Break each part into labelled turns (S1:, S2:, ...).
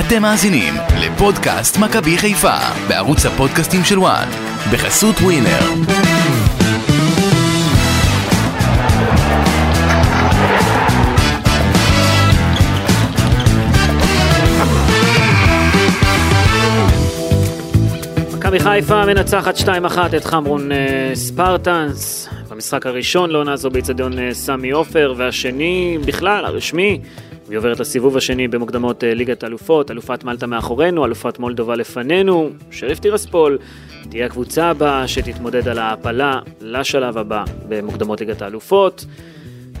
S1: אתם מאזינים לפודקאסט מכבי חיפה בערוץ הפודקאסטים של וואן בחסות ווינר.
S2: מכבי חיפה מנצחת 2-1 את חמרון אה, ספרטנס במשחק הראשון לעונה זו באיצטדיון אה, סמי עופר והשני בכלל הרשמי והיא עוברת לסיבוב השני במוקדמות אה, ליגת אלופות, אלופת מלטה מאחורינו, אלופת מולדובה לפנינו, שריף טירספול תהיה הקבוצה הבאה שתתמודד על ההעפלה לשלב הבא במוקדמות ליגת האלופות.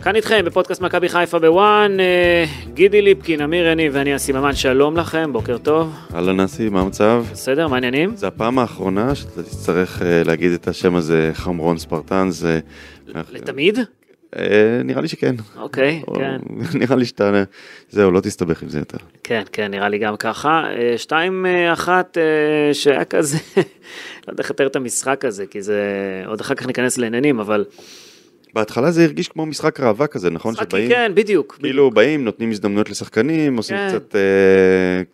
S2: כאן איתכם בפודקאסט מכבי חיפה בוואן, אה, גידי ליפקין, אמיר יניב ואני אסי ממן, שלום לכם, בוקר טוב,
S3: אהלן אסי, מה המצב?
S2: בסדר, מה העניינים?
S3: זו הפעם האחרונה שאתה תצטרך אה, להגיד את השם הזה, חמרון ספרטן, זה...
S2: לתמיד?
S3: אה, נראה לי שכן.
S2: אוקיי,
S3: או-
S2: כן,
S3: נראה לי שאתה... זהו, לא תסתבך עם זה יותר.
S2: כן, כן, נראה לי גם ככה. אה, שתיים, אה, אחת, אה, שהיה כזה, לא יודע איך לתאר את המשחק הזה, כי זה, עוד אחר כך ניכנס לעניינים, אבל...
S3: בהתחלה זה הרגיש כמו משחק ראווה כזה, נכון?
S2: משחק,
S3: שבאים,
S2: כן, בדיוק.
S3: כאילו באים, נותנים הזדמנויות לשחקנים, עושים
S2: כן.
S3: קצת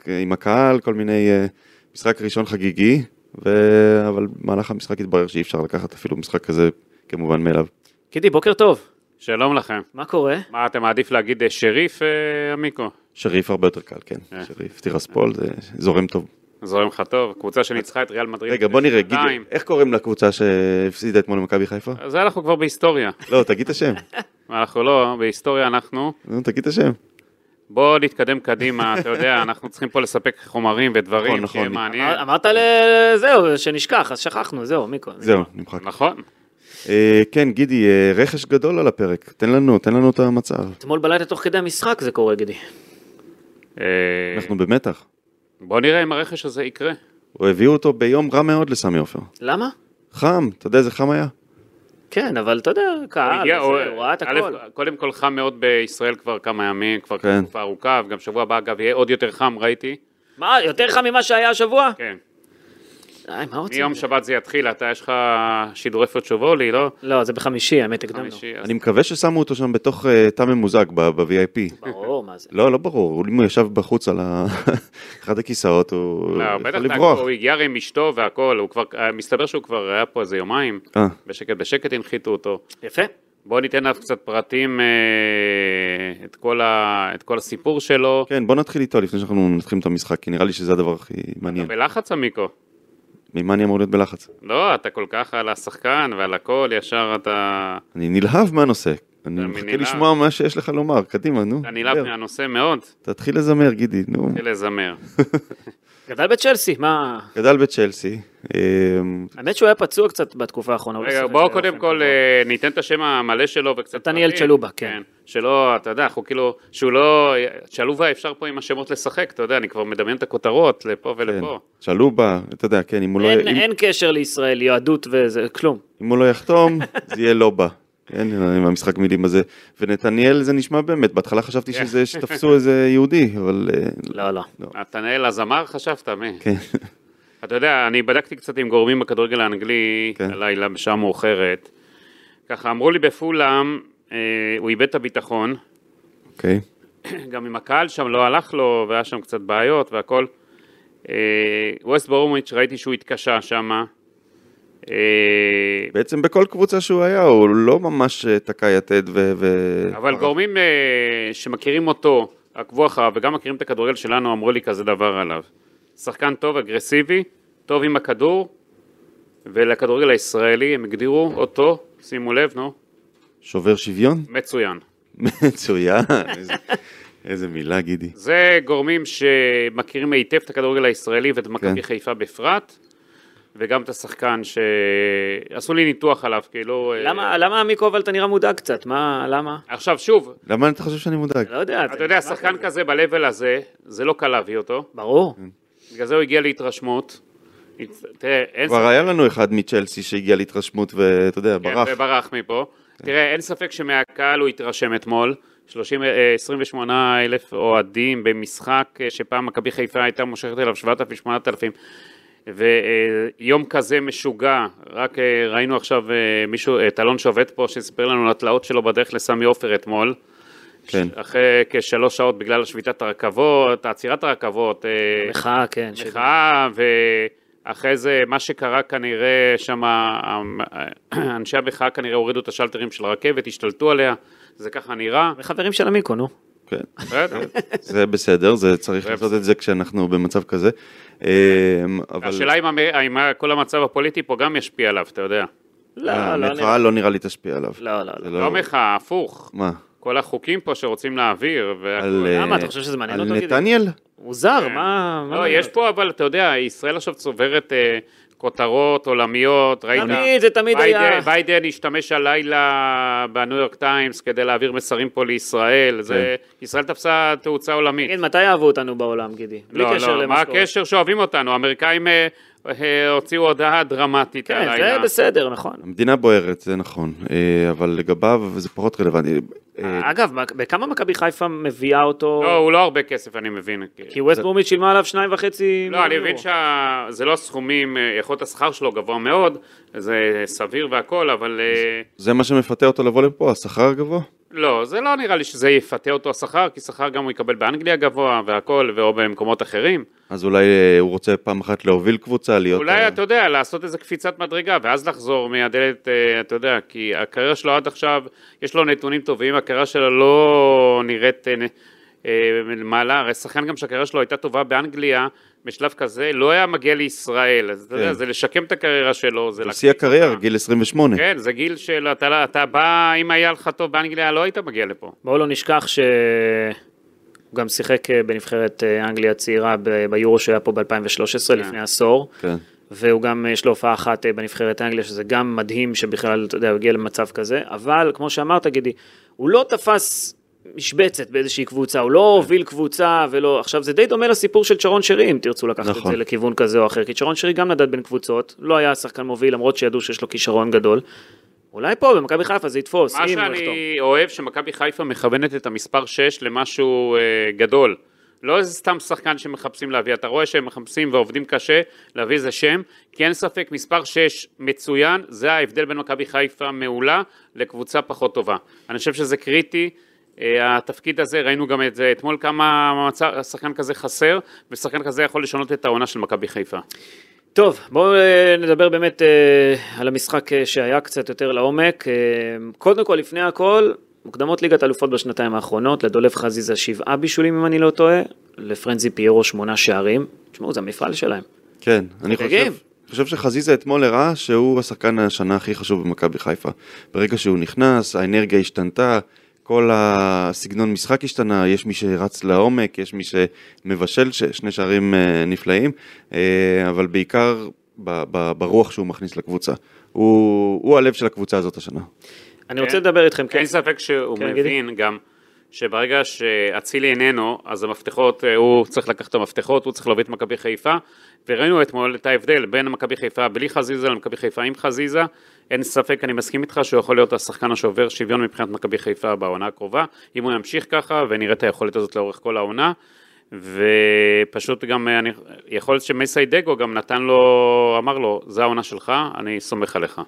S3: אה, עם הקהל, כל מיני... אה, משחק ראשון חגיגי, ו- אבל במהלך המשחק התברר שאי אפשר לקחת אפילו משחק כזה כמובן מאליו.
S2: בדיוק. גידי, בוקר טוב,
S4: שלום לכם.
S2: מה קורה?
S4: מה, אתה מעדיף להגיד אה, שריף, אה, עמיקו?
S3: שריף הרבה יותר קל, כן.
S4: אה.
S3: שריף, טירספול, זה זורם טוב.
S4: זורם לך טוב, קבוצה שניצחה את ריאל מדריד.
S3: רגע, בוא נראה, גידי,
S4: שנתיים.
S3: איך קוראים לקבוצה שהפסידה אתמול למכבי חיפה?
S4: אז אנחנו כבר בהיסטוריה.
S3: לא, תגיד את השם.
S4: אנחנו לא, בהיסטוריה אנחנו.
S3: נו, תגיד את השם.
S4: בוא נתקדם קדימה, אתה יודע, אנחנו צריכים פה לספק חומרים ודברים,
S3: נכון,
S4: שיהיה
S3: נכון.
S4: מעניין.
S2: אמר- אמרת ל- זהו, שנשכח, אז שכחנו, זהו, מיקו.
S3: זהו, נמחק.
S4: נכון.
S3: אה, כן, גידי, אה, רכש גדול על הפרק. תן לנו, תן לנו את המצב.
S2: אתמול בלילה תוך כדי המשחק זה קורה, גידי.
S4: אה,
S3: אנחנו במתח.
S4: בוא נראה אם הרכש הזה יקרה.
S3: הוא הביאו אותו ביום רע מאוד לסמי עופר.
S2: למה?
S3: חם, אתה יודע איזה חם היה?
S2: כן, אבל אתה יודע, קהל,
S4: הגיע,
S2: זה,
S4: או-
S2: הוא ראה את
S4: א',
S2: הכל.
S4: קודם כל חם מאוד בישראל כבר כמה ימים, כבר
S3: כן.
S4: תקופה ארוכה, וגם שבוע הבא, אגב, יהיה עוד יותר חם, ראיתי.
S2: מה, יותר חם ממה שהיה השבוע?
S4: כן.
S2: די, מה רוצים?
S4: מיום שבת זה יתחיל, אתה, יש לך שידורי פוצ'ובולי, לא?
S2: לא, זה בחמישי, האמת, הקדמנו.
S4: חמישי, אז
S3: אני מקווה ששמו אותו שם בתוך אה, תא ממוזג ב- ב-VIP.
S2: ברור, מה זה.
S3: לא, לא ברור, אם הוא ישב בחוץ על ה- אחד הכיסאות, הוא
S4: לא,
S3: יכול
S4: בטח,
S3: לברוח.
S4: הוא הגיע הרי עם אשתו והכל, הוא כבר, אה, מסתבר שהוא כבר היה פה איזה יומיים,
S3: אה,
S4: בשקט בשקט הנחיתו אותו.
S2: יפה.
S4: בואו ניתן לך קצת פרטים, אה, את כל, ה, את כל הסיפור שלו.
S3: כן, בוא נתחיל איתו לפני שאנחנו נתחיל את המשחק, כי נראה לי שזה הדבר הכי מעניין.
S4: אתה בלחץ, עמיקו.
S3: ממה אני אמור להיות בלחץ?
S4: לא, אתה כל כך על השחקן ועל הכל, ישר אתה...
S3: אני נלהב מהנושא. אני
S4: אתה
S3: מחכה
S4: מנלהב.
S3: לשמוע מה שיש לך לומר, קדימה, נו.
S4: אתה נלהב
S3: דבר.
S4: מהנושא מאוד,
S3: תתחיל לזמר, גידי, נו.
S4: תתחיל לזמר.
S2: גדל בצ'לסי, מה...
S3: גדל בצ'לסי, אמ,
S2: האמת שהוא היה פצוע קצת בתקופה האחרונה. הוא לא
S4: רגע,
S2: שיחק
S4: בואו
S2: באופן
S4: קודם כל
S2: קבוע.
S4: אה, ניתן את השם המלא שלו וקצת...
S2: נתניאל
S4: פרטים.
S2: צ'לובה, כן.
S4: שלא, אתה יודע, אנחנו כאילו, שהוא לא... צ'לובה אפשר פה עם השמות לשחק, אתה יודע, אני כבר מדמיין את הכותרות לפה
S3: כן.
S4: ולפה.
S3: שאלו בה, אתה יודע, כן, אם הוא לא-
S2: אין-
S3: אם-
S2: אין קשר לישראל, יהדות וזה, כלום.
S3: אם הוא לא יחתום, זה יהיה לא בה. כן, עם המשחק מילים הזה. ונתניאל זה נשמע באמת, בהתחלה חשבתי
S4: כן.
S3: שזה, שתפסו איזה יהודי, אבל... אה,
S2: לא, לא.
S4: נתנאל הזמר חשבת, מי?
S3: כן.
S4: אתה יודע, אני בדקתי קצת עם גורמים בכדורגל האנגלי,
S3: כן.
S4: הלילה בשעה מאוחרת. ככה אמרו לי בפולאם, אה, הוא איבד את הביטחון,
S3: אוקיי.
S4: גם עם הקהל שם לא הלך לו, והיה שם קצת בעיות והכל. אה, ווסט בורומוביץ' ראיתי שהוא התקשה שמה. אה,
S3: בעצם בכל קבוצה שהוא היה, הוא לא ממש אה, תקע יתד ו... ו-
S4: אבל גורמים אה, שמכירים אותו, עקבו אחריו, וגם מכירים את הכדורגל שלנו, אמרו לי כזה דבר עליו. שחקן טוב, אגרסיבי, טוב עם הכדור, ולכדורגל הישראלי הם הגדירו אותו, שימו לב, נו,
S3: שובר שוויון?
S4: מצוין.
S3: מצוין. איזה- איזה מילה, גידי.
S4: זה גורמים שמכירים היטב את הכדורגל הישראלי ואת
S3: כן.
S4: מכבי חיפה בפרט, וגם את השחקן שעשו לי ניתוח עליו, כאילו... אה,
S2: למה למה עמיקו אבל אתה נראה מודאג קצת? מה, למה?
S4: עכשיו שוב,
S3: למה אתה חושב שאני מודאג?
S2: לא יודע. זה
S4: אתה יודע,
S2: נשמע
S4: שחקן
S2: כזה.
S4: כזה ב-level הזה, זה לא קל להביא אותו.
S2: ברור.
S3: כן.
S4: בגלל זה הוא הגיע להתרשמות. תראה, אין
S3: כבר
S4: ספק,
S3: היה לנו אחד מצ'לסי שהגיע להתרשמות ואתה יודע,
S4: כן,
S3: ברח.
S4: וברח מפה. תראה, אין ספק שמהקהל הוא התרשם אתמול. 30, אה, 28 אלף אוהדים במשחק אה, שפעם מכבי חיפה הייתה מושכת אליו 7,000-8,000 ויום כזה משוגע, רק אה, ראינו עכשיו אה, מישהו, אה, את אלון שובת פה שסיפר לנו על התלאות שלו בדרך לסמי עופר אתמול
S3: כן.
S4: אחרי כשלוש שעות בגלל שביתת הרכבות, עצירת הרכבות, אה,
S2: מחאה, כן. ש-
S4: מחאה, ואחרי זה מה שקרה כנראה שם, המ- אנשי המחאה כנראה הורידו את השלטרים של הרכבת, השתלטו עליה, זה ככה נראה. אה,
S2: וחברים של עמיקו, נו.
S3: כן.
S4: בסדר.
S3: זה בסדר, זה צריך
S4: זה
S3: לעשות את זה כשאנחנו במצב כזה. אה, אבל
S4: השאלה אם המ- אם כל המצב הפוליטי פה גם ישפיע עליו, אתה יודע.
S2: לא, לא,
S3: המחאה
S2: נראה-
S3: לא נראה לי תשפיע עליו.
S2: לא, לא,
S3: זה
S2: לא.
S4: לא המחאה, הפוך.
S3: מה?
S4: כל החוקים פה שרוצים להעביר,
S3: על,
S4: והכול.
S3: אה,
S2: למה? אתה חושב שזה מעניין אותו,
S3: על
S2: תגיד?
S3: נתניאל?
S2: מוזר,
S4: כן.
S2: מה... מה-
S4: לא, יש פה, אבל אתה יודע, ישראל עכשיו צוברת אה, כותרות עולמיות, ראית?
S2: תמיד, זה תמיד
S4: ביידן-
S2: היה.
S4: ביידן השתמש הלילה בניו יורק טיימס כדי להעביר מסרים פה לישראל, זה... ישראל תפסה תאוצה עולמית.
S2: תגיד, מתי אהבו אותנו בעולם, גידי? בלי
S4: לא,
S2: קשר
S4: לא, מה
S2: למשכורת.
S4: הקשר שאוהבים אותנו? האמריקאים אה, אה, הוציאו הודעה דרמטית
S2: כן,
S4: הלילה.
S2: זה בסדר, נכון.
S3: המדינה בוערת, זה נכון. אה, אבל לגביו זה פחות רלוונטי. אה,
S2: אגב, מה- בכמה מכבי חיפה מביאה אותו?
S4: לא, הוא לא הרבה כסף, אני מבין. כאילו.
S2: כי ווסט בורמיט שילמה עליו שניים וחצי...
S4: לא, אני
S2: מיליון
S4: מבין
S2: יורו.
S4: שזה לא הסכומים, אה, יכולת השכר שלו גבוה מאוד, זה סביר והכל, אבל אה,
S3: זה מה שמפתה אותו לבוא לפה, השכר הגבוה?
S4: לא, זה לא נראה לי שזה יפתה אותו השכר, כי שכר גם הוא יקבל באנגליה גבוה והכל, או במקומות אחרים.
S3: אז אולי אה, הוא רוצה פעם אחת להוביל קבוצה, להיות...
S4: אולי,
S3: אה,
S4: אתה יודע, לעשות איזה קפיצת מדרגה, ואז לחזור מהדלת, אה, אתה יודע, כי הקריירה שלו עד עכשיו, יש לו נתונים טובים, הקריירה שלו לא נראית אה, נ- אה, מעלה, הרי שחקן גם שהקריירה שלו הייתה טובה באנגליה, בשלב כזה, לא היה מגיע לישראל, אז אתה
S3: כן.
S4: יודע, זה לשקם את הקריירה שלו, זה...
S3: בשיא
S4: להקפיץ
S3: הקריירה,
S4: אותה.
S3: גיל 28.
S4: כן, זה גיל של, אתה, לא, אתה בא, אם היה לך טוב באנגליה, לא היית מגיע לפה.
S2: בואו לא נשכח שהוא גם שיחק אה, בנבחרת אה, אנגליה הצעירה ב- ביורו שהיה פה ב-2013, לפני עשור.
S3: כן.
S2: והוא גם, יש לו הופעה אחת אה, בנבחרת אנגליה, שזה גם מדהים שבכלל, אתה יודע, הוא הגיע למצב כזה, אבל כמו שאמרת, גידי, הוא לא תפס משבצת באיזושהי קבוצה,
S3: כן.
S2: הוא לא הוביל קבוצה ולא... עכשיו, זה די דומה לסיפור של שרון שרי, אם תרצו לקחת את
S3: נכון.
S2: זה לכיוון כזה או אחר, כי שרון שרי גם נדד בין קבוצות, לא היה שחקן מוביל, למרות שידעו שיש לו כישרון גדול. אולי פה, במכבי חיפה, זה יתפוס,
S4: מה
S2: אם הוא יחתום.
S4: שאני אוהב, שמכבי חיפה מכוונת את המספר 6 למשהו אה, גדול. לא איזה סתם שחקן שמחפשים להביא, אתה רואה שהם מחפשים ועובדים קשה להביא איזה שם, כי אין ספק, מספר 6 מצוין, זה ההבדל בין מכבי חיפה מעולה לקבוצה פחות טובה. אני חושב שזה קריטי, אה, התפקיד הזה, ראינו גם את זה אתמול, כמה מצב- שחקן כזה חסר, ושחקן כזה יכול לשנות את העונה של מכבי חיפה.
S2: טוב, בואו אה, נדבר באמת אה, על המשחק אה, שהיה קצת יותר לעומק. אה, קודם כל, לפני הכל, מוקדמות ליגת אלופות בשנתיים האחרונות, לדולב חזיזה שבעה בישולים אם אני לא טועה, לפרנזי פיירו שמונה שערים. תשמעו, זה המפעל שלהם.
S3: כן, אני חושב,
S2: חוגגים.
S3: חושב שחזיזה אתמול הראה שהוא השחקן השנה הכי חשוב במכבי חיפה. ברגע שהוא נכנס, האנרגיה השתנתה, כל הסגנון משחק השתנה, יש מי שרץ לעומק, יש מי שמבשל, ש- שני שערים אה, נפלאים, אה, אבל בעיקר ב- ב- ברוח שהוא מכניס לקבוצה. הוא, הוא הלב של הקבוצה הזאת השנה.
S2: אני רוצה לדבר איתכם, כן.
S4: אין ספק שהוא
S2: כן,
S4: מבין גם שברגע שאצילי איננו, אז המפתחות, אה, הוא צריך לקחת את המפתחות, הוא צריך להביא את מכבי חיפה, וראינו אתמול את ההבדל בין מכבי חיפה בלי חזיזה למכבי חיפה עם חזיזה. אין ספק, אני מסכים איתך שהוא יכול להיות השחקן השובר שוויון מבחינת מכבי חיפה בעונה הקרובה, אם הוא ימשיך ככה ונראה את היכולת הזאת לאורך כל העונה. ופשוט גם, אה, אני, יכול להיות שמסיידגו גם נתן לו, אמר לו, זה העונה שלך, אני סומך עליך.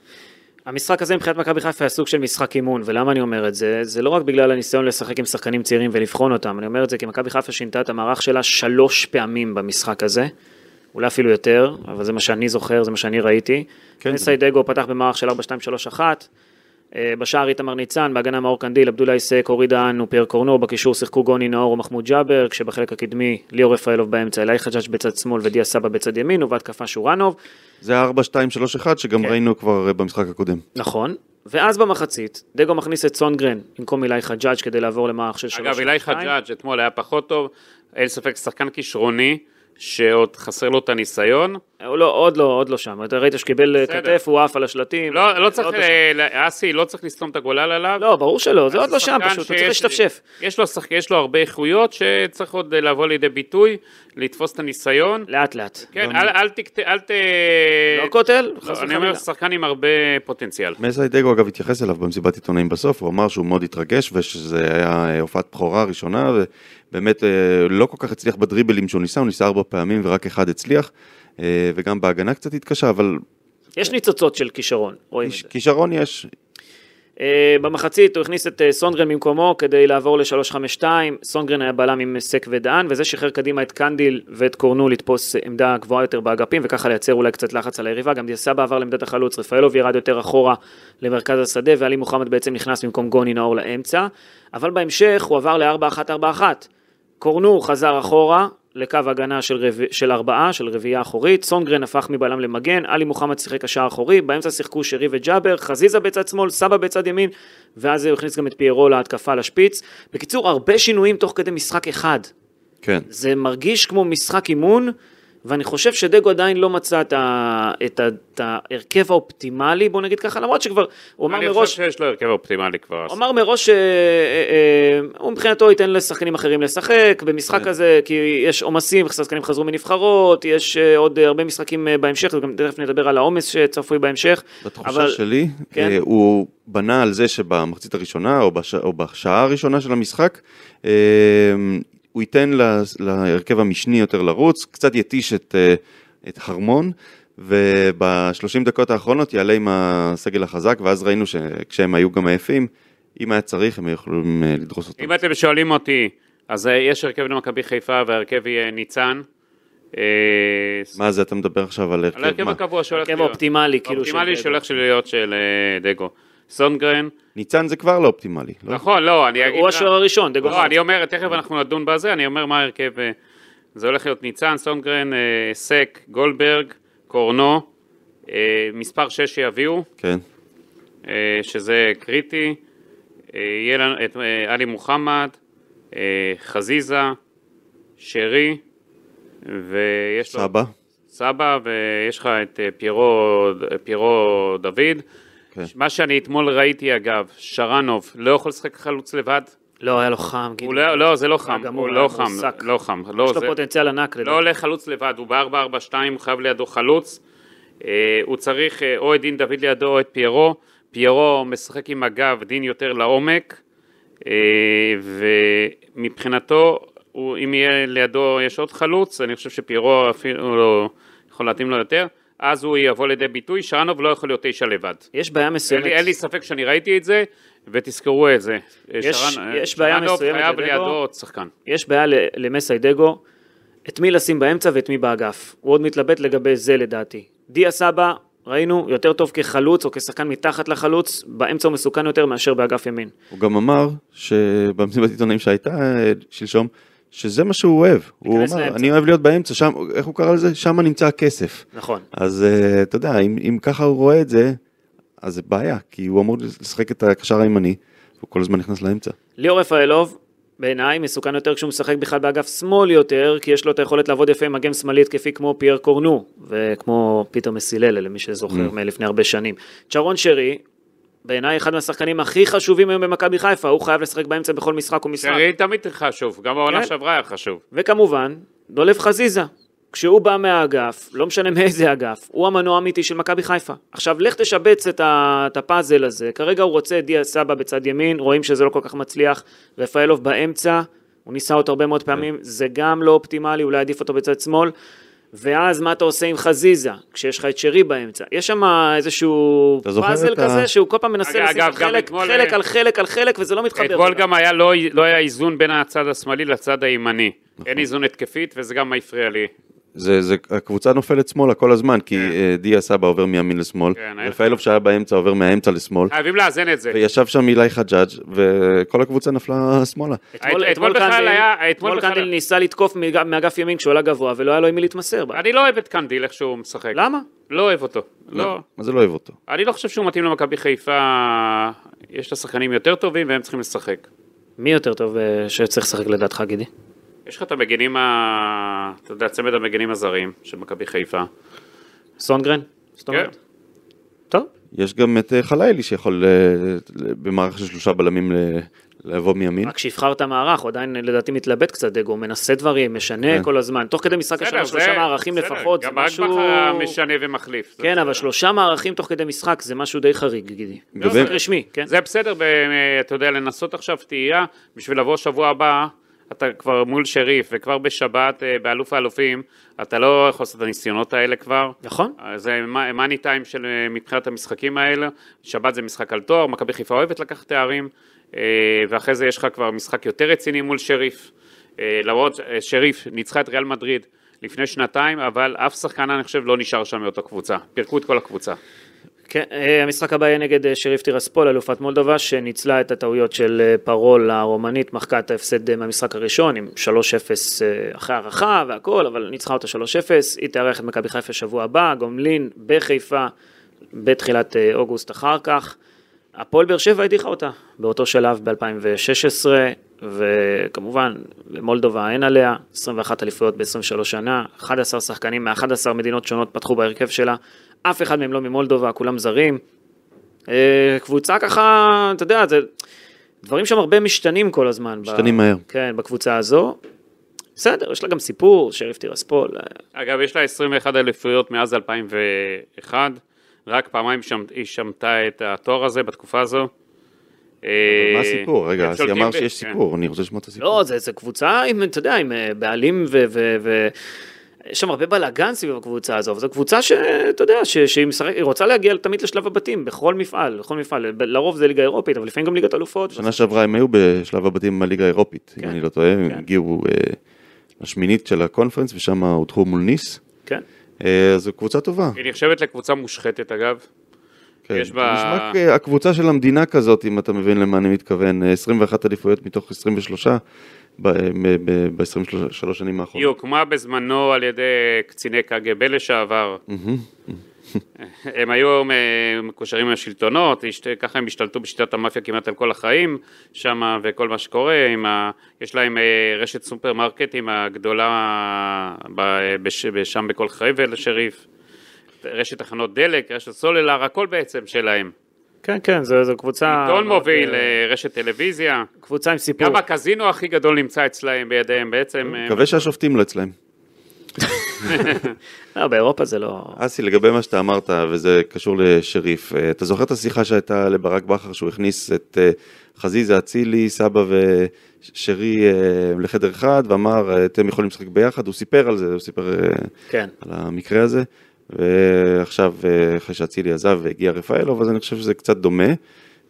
S2: המשחק הזה מבחינת מכבי חיפה היה סוג של משחק אימון, ולמה אני אומר את זה? זה לא רק בגלל הניסיון לשחק עם שחקנים צעירים ולבחון אותם, אני אומר את זה כי מכבי חיפה שינתה את המערך שלה שלוש פעמים במשחק הזה, אולי אפילו יותר, אבל זה מה שאני זוכר, זה מה שאני ראיתי.
S3: כן.
S2: כן. סיידגו פתח במערך של 4-2-3-1, אה, בשער איתמר ניצן, בהגנה מאור קנדיל, עבדולה איסק, אורי דהן ופייר קורנו, בקישור שיחקו גוני נאור ומחמוד ג'אבר, כשבחלק הקדמי ליאור רפאלוב באמצע, אלי חג'אג' בצד שמאל ודיה סבא בצד ימין, ובהתקפה שורנוב.
S3: זה ה-4-2-3-1 שגם ראינו כבר אה, במשחק הקודם.
S2: נכון, ואז במחצית, דגו מכניס את סונגרן במקום אילי חג'אג' כדי לעבור למערך של שלוש.
S4: אגב, אילי
S2: שתיים.
S4: חג'אג' אתמול היה פחות טוב, אין ספק שחקן כישרוני, שעוד חסר לו את הניסיון.
S2: הוא לא, עוד לא, עוד לא שם. אתה ראית שקיבל אה,
S4: בסדר.
S2: כתף, הוא עף על השלטים.
S4: לא, לא צריך,
S2: עוד
S4: אה,
S2: שם.
S4: לא- אסי, לא צריך לסתום את הגולל עליו.
S2: לא, ברור שלא, זה עוד לא שם
S4: שחקן
S2: פשוט, הוא צריך
S4: שיש-
S2: להשתפשף.
S4: יש לו, שחק- יש לו הרבה איכויות שצריך עוד אה, לבוא לידי ביטוי, לתפוס את הניסיון.
S2: לאט לאט.
S4: כן, אל- אל תקט... אל ת...
S2: לא קוטל,
S4: לא,
S2: חס
S4: אני אומר,
S2: וחלילה.
S4: שחקן עם הרבה פוטנציאל.
S3: מסיידגו אגב התייחס אליו במסיבת עיתונאים בסוף, הוא אמר שהוא מאוד התרגש ושזה היה אה, הופעת בכורה ראשונה, ובאמת אה, לא כל כך הצליח בדריבלים שהוא ניסה, הוא ניסה ארבע פעמים ורק אחד הצליח, אה, וגם בהגנה קצת התקשה, אבל
S2: יש ניצוצות של כישרון, רואים את
S3: כיש-
S2: זה.
S3: כישרון יש.
S2: אה, במחצית הוא הכניס את אה, סונגרן במקומו כדי לעבור ל-3-5-2, סונגרן היה בלם עם סק ודהן, וזה שחרר קדימה את קנדיל ואת קורנו לתפוס אה, עמדה גבוהה יותר באגפים, וככה לייצר אולי קצת לחץ על היריבה, גם דיסבא עבר לעמדת החלוץ, רפאלוב ירד יותר אחורה למרכז השדה, ואלי מוחמד בעצם נכנס במקום גוני נאור לאמצע, אבל בהמשך הוא עבר ל-4-1-4-1. קורנו חזר אחורה לקו הגנה של, רב... של ארבעה, של רביעייה אחורית, סונגרן הפך מבלם למגן, עלי מוחמד שיחק השער אחורי, באמצע שיחקו שרי וג'אבר, חזיזה בצד שמאל, סבא בצד ימין, ואז הוא הכניס גם את פיירו להתקפה לשפיץ. בקיצור, הרבה שינויים תוך כדי משחק אחד.
S3: כן.
S2: זה מרגיש כמו משחק אימון, ואני חושב שדגו עדיין לא מצא את, ה... את, ה... את ההרכב האופטימלי, בוא נגיד ככה, למרות שכבר, הוא אמר
S4: אני
S2: מראש...
S4: חושב שיש לו הרכב אופטימלי כבר.
S2: הוא אמר מראש שהוא מבחינתו ייתן לשחקנים אחרים לשחק
S3: כן.
S2: במשחק הזה, כי יש עומסים, שחקנים חזרו מנבחרות, יש אה, עוד אה, הרבה משחקים אה, בהמשך, וגם תכף נדבר על העומס שצפוי בהמשך.
S3: בתחושה
S2: אבל-
S3: אבל... שלי,
S2: כן.
S3: כן. הוא בנה על זה שבמחצית הראשונה, או, בש... או בשעה הראשונה של המשחק, אה, הוא ייתן לה- להרכב המשני יותר לרוץ, קצת יתיש את, אה, את הרמון, וב-30 דקות האחרונות יעלה עם הסגל החזק, ואז ראינו שכשהם היו גם עייפים, אם היה צריך, הם יכולים אה, לדרוס אותם.
S4: אם אתם שואלים אותי, אז אה, יש הרכב למכבי חיפה וההרכב יהיה ניצן. אה,
S3: מה זה, אתה מדבר עכשיו על
S4: על
S3: הרכב?
S4: ההרכב
S3: מה?
S4: הקבוע שהולך
S2: הרכב
S4: להיות.
S2: האופטימלי, כאילו.
S4: האופטימלי
S2: של-
S4: שהולך להיות של אה, דגו. סונגרן,
S3: ניצן זה כבר לא אופטימלי. לא?
S4: נכון, לא, אני אגיד...
S2: הוא
S4: לך-
S2: השוער הראשון, דגו.
S4: לא, אני אומר, תכף אנחנו נדון בזה, אני אומר מה ההרכב. אה, זה הולך להיות ניצן, סונגרן, אה, סק, גולדברג, קורנו, אה, מספר 6 שיביאו,
S3: כן,
S4: אה, שזה קריטי. אה, יהיה לנו את אה, עלי מוחמד, אה, חזיזה, שרי, ויש לו...
S3: סבא.
S4: סבא, ויש לך את אה, פיירו, פיירו דוד.
S3: כן.
S4: מה שאני אתמול ראיתי אגב, שרנוב לא יכול לשחק חלוץ לבד.
S2: לא, היה לו חם, גיל.
S4: הוא לא, לא, זה לא חם,
S2: גם הוא
S4: הוא לא
S2: היה
S4: חם,
S2: מרוסק.
S4: לא חם, לא,
S2: יש לו
S4: זה,
S2: פוטנציאל ענק,
S4: לא
S2: לדעתי.
S4: עולה חלוץ לבד, הוא ב-442, הוא חייב לידו חלוץ, אה, הוא צריך אה, או את דין דוד לידו או את פיירו, פיירו משחק עם הגב, דין יותר לעומק, אה, ומבחינתו, הוא, אם יהיה לידו, יש עוד חלוץ, אני חושב שפיירו אפילו לא יכול להתאים לו יותר, אז הוא יבוא לידי ביטוי, שרנוב לא יכול להיות תשע לבד.
S2: יש בעיה
S4: אין
S2: מסוימת.
S4: לי, אין לי ספק שאני ראיתי את זה, ותזכרו את זה. אה,
S2: יש- יש בעיה מסוימת לא-
S4: שרנוב חייב
S2: לדגו.
S4: לידו עוד שחקן.
S2: יש בעיה ל- למסיידגו, את מי לשים באמצע ואת מי באגף. הוא עוד מתלבט לגבי זה לדעתי. דיה סבא, ראינו, יותר טוב כחלוץ או כשחקן מתחת לחלוץ, באמצע הוא מסוכן יותר מאשר באגף ימין.
S3: הוא גם אמר שבמסיבת עיתונאים שהייתה אה, שלשום, שזה מה שהוא אוהב. הוא
S2: להיכנס
S3: אמר,
S2: לאמצע.
S3: אני אוהב להיות באמצע, שם, איך הוא קרא לזה? שם נמצא הכסף.
S2: נכון.
S3: אז אה, אתה יודע, אם, אם ככה הוא רואה את זה, אז זה בעיה, כי הוא אמור לשחק את הקשר הימני, והוא כל הזמן נכנס לאמצע.
S2: ליאור רפאלוב, בעיניי, מסוכן יותר כשהוא משחק בכלל באגף שמאל יותר, כי יש לו את היכולת לעבוד יפה עם מגן שמאלי התקפי כמו פייר קורנו, וכמו פיטר מסיללה, למי שזוכר מלפני הרבה שנים. צ'רון שרי, בעיניי אחד מהשחקנים הכי חשובים היום במכבי חיפה, הוא חייב לשחק באמצע בכל משחק ומשחק.
S4: שרי תמיד חשוב, גם בעונה
S2: כן.
S4: שעברה היה חשוב.
S2: וכמובן, דולב חזיזה. כשהוא בא מהאגף, לא משנה מאיזה אגף, הוא המנוע האמיתי של מכבי חיפה. עכשיו, לך תשבץ את, ה... את הפאזל הזה. כרגע הוא רוצה את דיה סבא בצד ימין, רואים שזה לא כל כך מצליח. רפאלוב באמצע, הוא ניסה אותו הרבה מאוד פעמים,
S3: כן.
S2: זה גם לא אופטימלי, אולי עדיף אותו בצד שמאל. ואז מה אתה עושה עם חזיזה, כשיש לך את שרי באמצע? יש שם איזשהו
S3: אתה זוכר
S2: פאזל
S3: את ה-
S2: כזה, שהוא כל פעם מנסה
S4: אגב,
S2: לשים
S4: גם
S2: חלק,
S4: אתמול- אה,
S2: חלק על חלק על חלק, וזה לא מתחבר.
S4: אתמול
S2: כל כך.
S4: גם היה, לא, לא היה איזון בין הצד השמאלי לצד הימני. אין איזון התקפית, וזה גם הפריע לי.
S3: זה, זה, הקבוצה נופלת שמאלה כל הזמן, כי אה, דיה סבא עובר מימין לשמאל,
S4: כן, היה אה, לך-
S3: רפאלוב שהיה באמצע עובר מהאמצע לשמאל,
S4: חייבים לאזן את זה.
S3: וישב שם אילי חג'אג', וכל הקבוצה נפלה שמאלה.
S2: אתמול,
S4: אתמול
S2: אתמול,
S4: בכלל
S2: קנדיל,
S4: היה- אתמול
S2: אתמול
S4: בכלל-
S2: קנדיל ניסה לתקוף מג- מאגף ימין כשהוא עלה גבוה ולא היה לו עם מי להתמסר בה.
S4: אני לא אוהב את קנדיל איך שהוא משחק.
S2: למה?
S4: לא אוהב אותו. לא.
S3: מה זה לא אוהב אותו?
S4: אני לא חושב שהוא מתאים למכבי חיפה. יש לה שחקנים יותר טובים והם צריכים לשחק.
S2: מי יותר טוב אה, שצריך לשחק לדעתך, גידי?
S4: יש לך את המגנים, ה... אתה יודע, צמד המגנים הזרים של מכבי חיפה.
S2: סונגרן? זאת
S4: כן.
S2: אומרת? טוב.
S3: יש גם את אה, חלילי שיכול אה, ל- במערך של שלושה בלמים ל- לבוא מימין.
S2: רק שיבחרת מערך, הוא עדיין אה, לדעתי מתלבט קצת, דגו, מנסה דברים, משנה
S3: כן.
S2: כל הזמן. תוך כדי משחק יש
S4: בסדר,
S2: לנו
S4: זה-
S2: שלושה מערכים
S4: בסדר,
S2: לפחות, זה
S4: גם
S2: משהו...
S4: אגבח משנה ומחליף. זה
S2: כן, אבל
S4: בסדר.
S2: שלושה מערכים תוך כדי משחק זה משהו די חריג, גידי.
S3: לא,
S2: משחק
S3: זה-
S2: רשמי, כן?
S4: אה, זה בסדר, ב- אתה יודע, לנסות עכשיו תהייה, בשביל לבוא שבוע הבא, אתה כבר מול שריף, וכבר בשבת, אה, באלוף האלופים, אתה לא יכול לעשות את הניסיונות האלה כבר.
S2: נכון?
S4: אה, זה מ- מאני טיים של אה, מבחינת המשחקים האלה, שבת זה משחק על תואר, מכבי חיפה אוהבת לקחת תארים, אה, ואחרי זה יש לך כבר משחק יותר רציני מול שריף, אה, למרות ש- אה, שריף ניצחה את ריאל מדריד לפני שנתיים, אבל אף שחקן אני חושב לא נשאר שם מאותה קבוצה, פירקו את כל הקבוצה.
S2: כן, אה, המשחק הבא יהיה נגד אה, שריף טירספול, אלופת מולדובה, שניצלה את הטעויות של אה, פרול הרומנית, מחקה את ההפסד אה, מהמשחק הראשון עם 3-0 אה, אחרי הערכה והכל, אבל ניצחה אותה 3-0, היא תארח את מכבי חיפה שבוע הבא, גומלין בחיפה בתחילת אה, אוגוסט אחר כך. הפועל באר שבע הדיחה אותה באותו שלב ב-2016, וכמובן, במולדובה אין עליה, 21 אליפויות ב-23 שנה, 11 שחקנים מ-11 מדינות שונות פתחו בהרכב שלה, אף אחד מהם לא ממולדובה, כולם זרים. אה, קבוצה ככה, אתה יודע, זה... דברים שם הרבה משתנים כל הזמן. ב-
S3: משתנים מהר.
S2: כן, בקבוצה הזו. בסדר, יש לה גם סיפור, שריף טירספול, אה,
S4: אגב, יש לה 21 אליפויות מאז 2001, רק פעמיים שם, היא שמטה את התואר הזה בתקופה הזו.
S3: אבל
S4: אה,
S3: מה הסיפור? רגע,
S4: הם
S3: אז היא
S4: שולטים
S3: אמר
S4: ב-
S3: שיש
S4: כן.
S3: סיפור, אני רוצה לשמוע את הסיפור.
S2: לא, זה, זה קבוצה עם, אתה יודע, עם אה, בעלים ו... ו, ו... יש שם הרבה בלאגן סביב הקבוצה הזו, אבל זו קבוצה שאתה יודע, ש, שהיא משחק, היא רוצה להגיע תמיד לשלב הבתים, בכל מפעל, בכל מפעל, ב- לרוב זה ליגה אירופית, אבל לפעמים גם ליגת אלופות.
S4: לא,
S3: שנה שעברה הם היו בשלב הבתים בליגה האירופית,
S4: כן.
S3: אם אני לא טועה, הם הגיעו אה, לשמינית של הקונפרנס ושם הודחו מול ניס.
S2: כן.
S3: אה, זו קבוצה טובה.
S4: היא נחשבת לקבוצה מושחתת אגב.
S3: כן.
S4: כן, יש בה-
S3: נשמע כ- הקבוצה של המדינה כזאת, אם אתה מבין למה אני מתכוון, אה, 21 אליפויות מתוך 23 אה, ב-23 שנים
S4: היא
S3: האחרונות.
S4: הוקמה בזמנו על ידי קציני קג"ב לשעבר. הם היו אה, מקושרים עם השלטונות, השת- ככה הם השתלטו בשיטת המאפיה כמעט על כל החיים שם וכל מה שקורה, עם ה... יש להם אה, רשת סופרמרקטים הגדולה ב... בש... שם בכל חבל שריף, רשת תחנות דלק, רשת סוללר, הכל בעצם שלהם.
S2: כן, כן, זו, זו קבוצה...
S4: עיתון מוביל,
S2: אה,
S4: אה, רשת טלוויזיה,
S2: קבוצה עם סיפור.
S4: גם הקזינו הכי גדול נמצא אצלהם בידיהם בעצם. אה,
S3: מקווה שהשופטים לא אצלהם.
S2: לא, באירופה זה לא...
S3: אסי, לגבי מה שאתה אמרת, וזה קשור לשריף, אה, אתה זוכר את השיחה שהייתה לברק בכר, שהוא הכניס את אה, חזיזה, אצילי, סבא ושרי אה, לחדר אחד, ואמר, אה, אתם יכולים לשחק ביחד, הוא סיפר על זה, הוא סיפר אה,
S2: כן.
S3: על המקרה הזה, ועכשיו, אה, אחרי שאצילי עזב והגיע רפאלוב, אז אני חושב שזה קצת דומה.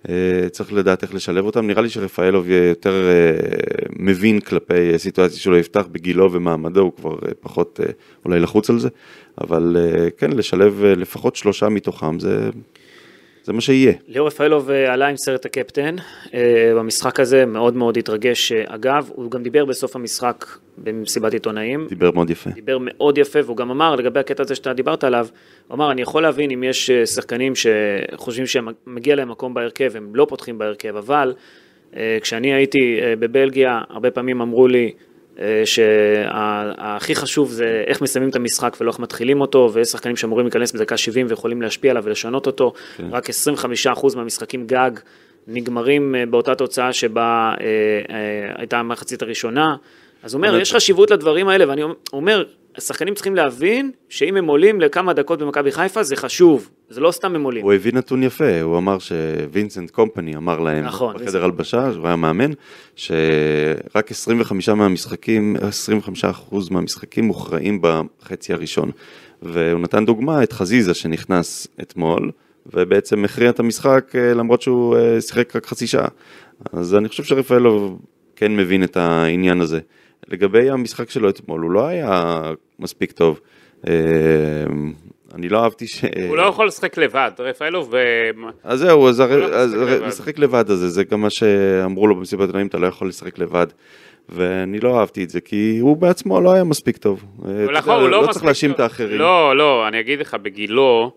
S3: אה, צריך לדעת איך לשלב אותם, נראה לי שרפאלוב יהיה יותר אה, מבין כלפי אה, סיטואציה שלא יפתח בגילו ומעמדו, הוא כבר אה, פחות אה, אולי לחוץ על זה, אבל אה, כן, לשלב אה, לפחות שלושה מתוכם, זה, זה מה שיהיה.
S2: ליאור רפאלוב אה, עלה עם סרט הקפטן אה, במשחק הזה, מאוד מאוד התרגש. אה, אגב, הוא גם דיבר בסוף המשחק במסיבת עיתונאים,
S3: דיבר מאוד יפה.
S2: דיבר מאוד יפה, והוא גם אמר, לגבי הקטע הזה שאתה דיברת עליו, הוא אמר, אני יכול להבין אם יש אה, שחקנים שחושבים שמגיע להם מקום בהרכב, הם לא פותחים בהרכב, אבל אה, כשאני הייתי אה, בבלגיה, הרבה פעמים אמרו לי אה, שהכי חשוב זה איך מסיימים את המשחק ולא איך מתחילים אותו, ויש שחקנים שאמורים להיכנס בדקה 70 ויכולים להשפיע עליו ולשנות אותו, כן. רק 25% מהמשחקים גג. נגמרים אה, באותה תוצאה שבה אה, אה, הייתה המחצית הראשונה. אז הוא אומר,
S3: אבל-
S2: יש חשיבות לדברים האלה, ואני אומר, השחקנים צריכים להבין שאם הם עולים לכמה דקות במכבי חיפה, זה חשוב, זה לא סתם הם עולים.
S3: הוא הביא נתון יפה, הוא אמר שווינסנט קומפני אמר להם,
S2: נכון, וינסנט.
S3: בחדר הלבשה, שהוא היה מאמן, שרק 25 מהמשחקים, 25% מהמשחקים מוכרעים בחצי הראשון. והוא נתן דוגמה את חזיזה שנכנס אתמול, ובעצם הכריע את המשחק אה, למרות שהוא אה, שיחק רק חצי שעה. אז אני חושב שרפאלוב כן מבין את העניין הזה. לגבי המשחק שלו אתמול, הוא לא היה מספיק טוב. אה, אני לא אהבתי ש...
S4: הוא לא יכול לשחק לבד, רפאלוב אה,
S3: אז זהו, אז הרי-
S4: לא
S3: אז
S4: משחק
S3: הרי-
S4: לבד.
S3: משחק לבד הזה, זה גם מה שאמרו לו במסיבת עיתונאים, אתה לא יכול לשחק לבד. ואני לא אהבתי את זה, כי הוא בעצמו לא היה מספיק טוב. אתה
S4: נכון,
S3: יודע,
S4: הוא לא
S3: לא צריך
S4: מספיק
S3: להאשים
S4: טוב.
S3: את האחרים.
S4: לא, לא, אני אגיד לך, בגילו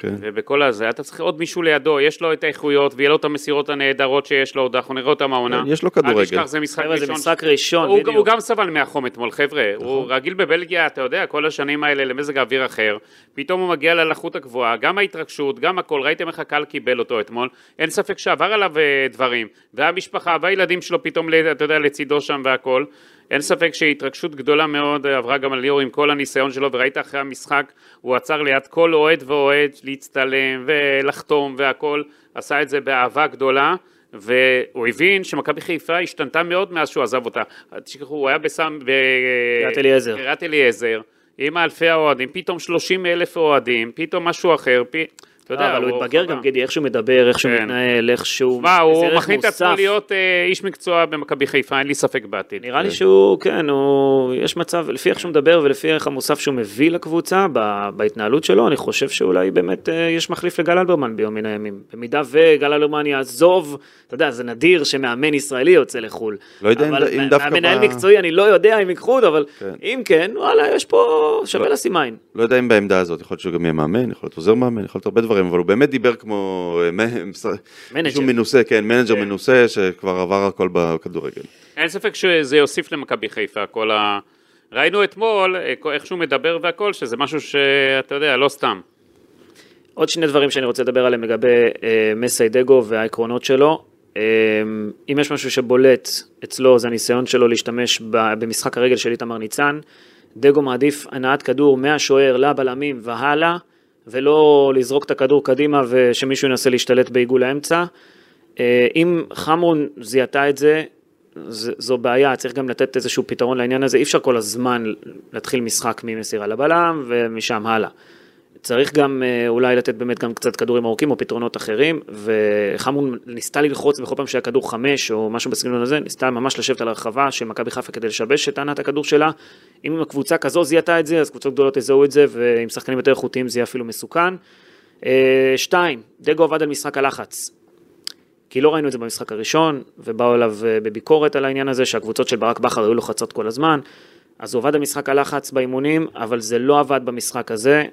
S3: כן.
S4: ובכל הזה, אתה צריך עוד מישהו לידו, יש לו את האיכויות ויהיה לו את המסירות הנהדרות שיש לו, אנחנו נראה אותם העונה.
S3: יש לו כדורגל.
S4: אל תשכח, זה משחק
S2: חבר'ה, זה
S4: ראשון.
S2: משחק ראשון,
S4: הוא, הוא
S2: בדיוק. נכון.
S4: גם סבל מהחום אתמול, חבר'ה. הוא רגיל בבלגיה, אתה יודע, כל השנים האלה למזג האוויר אחר. פתאום הוא מגיע ללחות הגבוהה, גם ההתרגשות, גם הכל. ראיתם איך הקהל קיבל אותו אתמול. אין ספק שעבר עליו אה, דברים. והמשפחה והילדים שלו פתאום, ל- אתה יודע, לצידו שם והכל. אין ספק שהתרגשות גדולה מאוד אה, עברה גם על ליאור עם כל הניסיון שלו, וראית אחרי המשחק, הוא עצר ליד כל אוהד ואוהד להצטלם ולחתום והכל. עשה את זה באהבה גדולה. והוא הבין שמכבי חיפה השתנתה מאוד מאז שהוא עזב אותה. אל תשכחו, הוא היה בסם...
S2: קריית אליעזר.
S4: קריית אליעזר, עם אלפי האוהדים, פתאום 30 אלף אוהדים, פתאום משהו אחר, פ... אתה יודע,
S2: אה, אבל הוא התבגר גם, גידי, איך שהוא מדבר, איך שהוא
S4: כן.
S2: מתנהל, איך שהוא...
S4: מה, הוא
S2: איזה ערך
S4: מחליט את עצמו
S2: מוסף.
S4: להיות אה, איש מקצוע במכבי חיפה, אין לי ספק בעתיד.
S2: נראה לי שהוא, כן, הוא, יש מצב, לפי איך שהוא מדבר ולפי הערך המוסף שהוא מביא לקבוצה, ב, בהתנהלות שלו, אני חושב שאולי באמת אה, יש מחליף לגל אלברמן ביום מן הימים. במידה וגל אלברמן יעזוב, אתה יודע, זה נדיר שמאמן ישראלי יוצא לחו"ל.
S3: לא יודע אם
S2: אבל
S3: ד- אם
S2: מה-
S3: דווקא
S2: מהמנהל
S3: ב-
S2: מקצועי, אני לא יודע אם ייקחו אותו, אבל
S3: כן.
S2: אם כן, וואלה, יש פה, שווה לשים עין.
S3: לא יודע אם בעמדה הזאת, יכול להיות שהוא גם יהיה מאמן, יכול להיות עוזר מאמן, יכול להיות הרבה דברים, אבל הוא באמת דיבר כמו... אה, מ- מס- מישהו מנוסה, כן, מנג'ר מנוסה, שכבר עבר הכל בכדורגל.
S4: אין ספק שזה יוסיף למכבי חיפה, כל ה... ראינו אתמול אה, כ- איך שהוא מדבר והכל, שזה משהו שאתה יודע, לא סתם.
S2: עוד שני דברים שאני רוצה לדבר עליהם לגבי אה, מסיידגו והעקרונות שלו. אה, אם יש משהו שבולט אצלו זה הניסיון שלו להשתמש ב- במשחק הרגל של איתמר ניצן. דגו מעדיף הנעת כדור מהשוער לבלמים והלאה, ולא לזרוק את הכדור קדימה ושמישהו ינסה להשתלט בעיגול האמצע. אה, אם חמרון זיהתה את זה, ז- זו בעיה, צריך גם לתת איזשהו פתרון לעניין הזה, אי אפשר כל הזמן להתחיל משחק ממסירה לבלם ומשם הלאה. צריך גם אה, אולי לתת באמת גם קצת כדורים ארוכים או פתרונות אחרים, וחמון ניסתה ללחוץ בכל פעם שהיה כדור חמש או משהו בסגנון הזה, ניסתה ממש לשבת על הרחבה של מכבי חיפה כדי לשבש את טענת הכדור שלה. אם קבוצה כזו זיהתה את זה, אז קבוצות גדולות יזהו את זה, ועם שחקנים יותר איכותיים זה יהיה אפילו מסוכן. אה, שתיים, דגו עבד על משחק הלחץ. כי לא ראינו את זה במשחק הראשון, ובאו אליו אה, בביקורת על העניין הזה, שהקבוצות של ברק בכר היו לוחצות כל הזמן. אז הוא עבד על משחק הלחץ באימונים, אבל זה לא עבד במשחק הזה,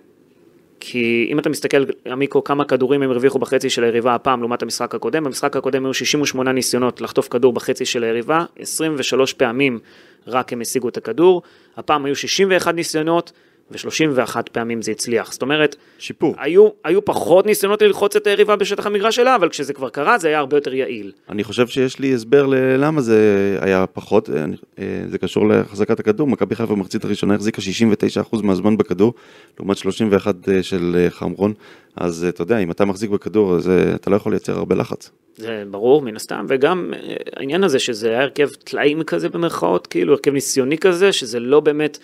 S2: כי אם אתה מסתכל, עמיקו, כמה כדורים הם הרוויחו בחצי של היריבה הפעם לעומת המשחק הקודם, במשחק הקודם היו 68 ניסיונות לחטוף כדור בחצי של היריבה, 23 פעמים רק הם השיגו את הכדור, הפעם היו 61 ניסיונות, ו-31 פעמים זה הצליח. זאת אומרת,
S3: שיפור.
S2: היו, היו פחות ניסיונות ללחוץ את היריבה בשטח המגרש שלה, אבל כשזה כבר קרה זה היה הרבה יותר יעיל.
S3: אני חושב שיש לי הסבר ל- למה זה היה פחות, אה, אני- אה, זה קשור להחזקת הכדור, מכבי חיפה במחצית הראשונה החזיקה 69% מהזמן בכדור, לעומת 31 אה, של אה, חמרון, אז אה, אתה יודע, אם אתה מחזיק בכדור, אז אה, אתה לא יכול לייצר הרבה לחץ.
S2: זה ברור, מן הסתם, וגם אה, העניין הזה שזה היה הרכב טלאים כזה במרכאות, כאילו הרכב ניסיוני כזה, שזה לא באמת,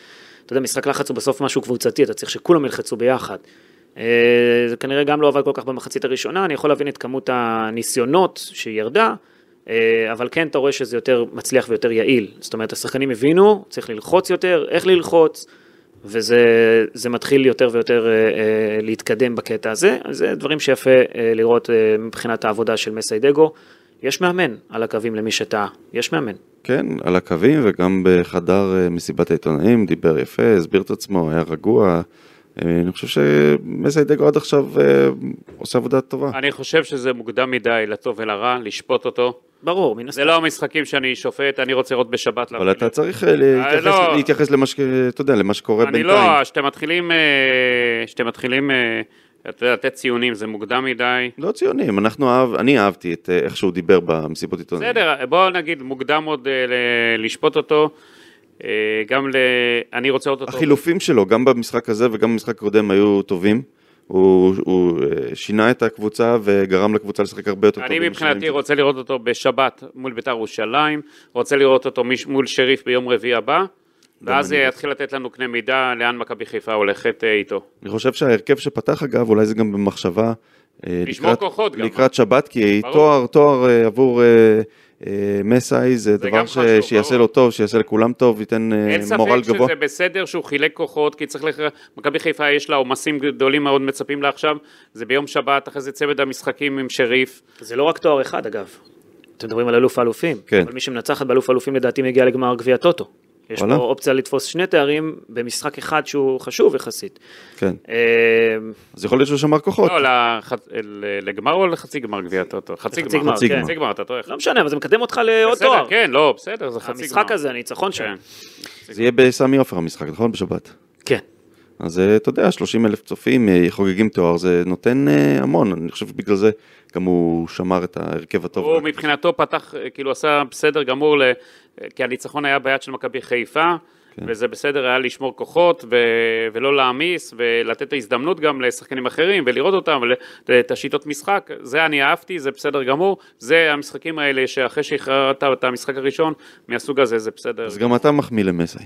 S2: אתה יודע, משחק לחץ הוא בסוף משהו קבוצתי, אתה צריך שכולם ילחצו ביחד. אה, זה כנראה גם לא עבד כל כך במחצית הראשונה, אני יכול להבין את כמות הניסיונות שירדה, אה, אבל כן אתה רואה שזה יותר מצליח ויותר יעיל. זאת אומרת, השחקנים הבינו, צריך ללחוץ יותר, איך ללחוץ, וזה זה מתחיל יותר ויותר אה, אה, להתקדם בקטע הזה, אז זה דברים שיפה אה, לראות אה, מבחינת העבודה של מסיידגו. יש מאמן על הקווים למי שטעה, יש מאמן.
S3: כן, על הקווים וגם בחדר אה, מסיבת העיתונאים, דיבר יפה, הסביר את עצמו, היה רגוע. אה, אני חושב שמסיידגו עד עכשיו אה, עושה עבודה טובה.
S4: אני חושב שזה מוקדם מדי, לטוב ולרע, לשפוט אותו.
S2: ברור, מן הסתם.
S4: זה לא המשחקים שאני שופט, אני רוצה לראות בשבת.
S3: אבל אתה צריך אה, להתייחס-
S4: לא.
S3: להתייחס למה ש- אתה יודע, למה שקורה
S4: אני
S3: בינתיים.
S4: לא, כשאתם מתחילים, אה, כשאתם מתחילים, אה, אתה יודע, לתת ציונים, זה מוקדם מדי.
S3: לא ציונים, אנחנו אהב, אני אהבתי את אה, איך שהוא דיבר במסיבות עיתונאים.
S4: בסדר, בואו נגיד, מוקדם עוד אה, ל- לשפוט אותו. אה, גם ל... אני רוצה לראות אותו.
S3: החילופים שלו, גם במשחק הזה וגם במשחק הקודם היו טובים. הוא, הוא אה, שינה את הקבוצה וגרם לקבוצה לשחק הרבה יותר טוב.
S4: אני
S3: עם
S4: מבחינתי
S3: השינויים.
S4: רוצה לראות אותו בשבת מול בית"ר ירושלים, רוצה לראות אותו מש- מול שריף ביום רביעי הבא, ואז אה,
S3: אני לא.
S4: יתחיל לתת לנו קנה מידה לאן מכבי חיפה הולכת אה, איתו.
S3: אני חושב שההרכב שפתח אגב, אולי זה גם במחשבה. אה,
S4: לשמור
S3: לקראת-
S4: כוחות גם.
S3: לקראת שבת, כי
S4: ברור.
S3: תואר, תואר אה, עבור אה, אה, מסאי זה
S4: זה
S3: דבר
S4: גם
S3: ש-
S4: חשוב,
S3: שיעשה
S4: ברור.
S3: לו טוב, שיעשה לכולם טוב, ייתן אה,
S4: אין ספק
S3: מורל גבוה.
S4: שזה בסדר שהוא חילק כוחות, כי צריך לך... מכבי חיפה יש לה עומסים גדולים מאוד מצפים לה עכשיו, זה ביום שבת, אחרי זה צמד המשחקים עם שריף.
S2: זה לא רק תואר אחד אגב. אתם מדברים על אלוף האלופים.
S3: כן.
S2: אבל מי שמנצחת באלוף האלופים לדעתי מגיעה לגמר גביע טוטו. יש פה
S3: וואלה.
S2: אופציה לתפוס שני תארים במשחק אחד שהוא חשוב יחסית.
S3: כן.
S2: אה,
S3: אז יכול להיות שהוא שמר כוחות.
S4: לא, לח... ל- לגמר או לחצי גמר גביע טוטו? חצי
S2: לחצי
S4: גמר, אוקיי,
S2: גמר,
S3: כן.
S4: חצי גמר, אתה טועה.
S2: לא משנה, אבל זה מקדם אותך לעוד
S4: בסדר,
S2: תואר.
S4: כן, לא, בסדר, זה חצי גמר.
S2: המשחק הזה, הניצחון שלו.
S4: כן.
S3: זה יהיה בסמי עופר המשחק, נכון? בשבת.
S2: כן.
S3: אז אה, אתה יודע, 30 אלף צופים אה, חוגגים תואר, זה נותן אה, המון, אני חושב שבגלל זה גם הוא שמר את ההרכב הטוב.
S4: הוא מבחינתו פתח, אה, כאילו עשה בסדר גמור, ל- אה, כי הניצחון היה ביד של מכבי חיפה,
S3: כן.
S4: וזה בסדר היה לשמור כוחות ו- ולא להעמיס, ולתת את ההזדמנות גם לשחקנים אחרים, ולראות אותם, ואת השיטות משחק, זה אני אהבתי, זה בסדר גמור, זה המשחקים האלה שאחרי שהכרעת את המשחק הראשון, מהסוג הזה זה בסדר.
S3: אז גם אתה מחמיא למסי.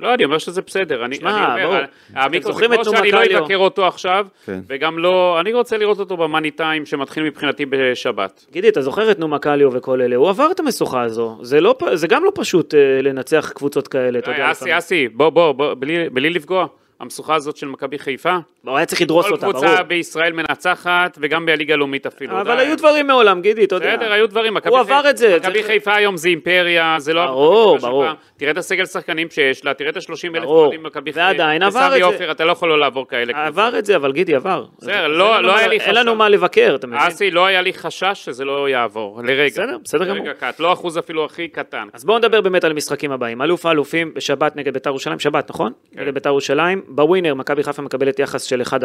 S4: לא, אני אומר שזה בסדר. אני,
S2: שמע,
S4: אני
S2: בואו,
S4: אומר, אה, המיקרו זה
S2: זוכרים
S4: כמו
S2: את טומאס
S4: שאני לא
S2: קליו.
S4: אבקר אותו עכשיו,
S3: כן.
S4: וגם לא, אני רוצה לראות אותו במאני טיים שמתחיל מבחינתי בשבת.
S2: גידי, אתה זוכר את נומה קליו וכל אלה? הוא עבר את המשוכה הזו. זה, לא, פ- זה גם לא פשוט אה, לנצח קבוצות כאלה, אתה יודע.
S4: היי,
S2: לפעמים.
S4: אה, אסי, אסי, בוא, בוא, בוא, בלי- בלי לפגוע. המשוכה הזאת של מכבי חיפה,
S2: הוא היה צריך לדרוס
S4: כל
S2: אותה, ברור.
S4: קבוצה בישראל מנצחת, וגם בליגה הלאומית אפילו.
S2: אבל
S4: די.
S2: היו דברים מעולם, גידי, אתה יודע.
S4: בסדר, היו דברים. מכבי
S2: הוא
S4: חיפה-
S2: עבר את זה,
S4: מכבי
S2: צריך-
S4: חיפה היום זה אימפריה, זה לא...
S2: ברור,
S4: המכבי
S2: ברור.
S4: של פעם. תראה את הסגל שחקנים שיש לה, תראה את ה-30 אלף
S2: ברור.
S4: אוהדים במכבי חיפה.
S2: ועדיין עבר את
S4: וסמי
S2: זה.
S4: עופר, אתה לא יכול לא לעבור כאלה. קבוצות.
S2: עבר את זה, אבל גידי עבר.
S4: בסדר,
S2: אז- אז
S4: לא-
S2: אין לנו
S4: לא
S2: מה-
S4: היה לי
S2: אין לנו
S4: חשש.
S2: מה לבקר, אתה מבין?
S4: אסי, לא היה לי חשש שזה לא יעבור, לרגע.
S2: בסדר, בסדר גמור.
S4: לרגע קט, לא אחוז אפילו הכי קטן.
S2: אז בואו נדבר באמת על המשחקים הבאים. אלוף האלופים בשבת נגד ביתר ירושלים, שבת, נכון?
S4: כן.
S2: נגד ביתר ירושלים. בווינר, מכבי חיפה מקבלת יחס של 1.40,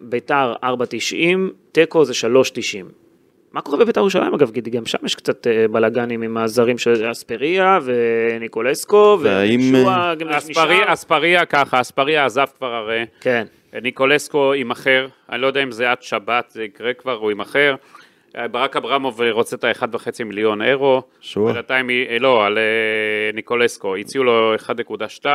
S2: ביתר 4.90, תיקו זה 3.90. מה קורה בביתר ירושלים אגב, גידי? גם שם יש קצת אה, בלאגנים עם הזרים של אספריה וניקולסקו
S3: והאם, אה,
S2: ושועה, גם
S4: אספריה, אספריה ככה, אספריה עזב כבר הרי.
S2: כן.
S4: ניקולסקו יימכר, אני לא יודע אם זה עד שבת, זה יקרה כבר, הוא יימכר. אה, ברק אברמוב רוצה את ה-1.5 מיליון אירו.
S3: שועה.
S4: בינתיים, אה, לא, על אה, ניקולסקו. הציעו לו 1.2,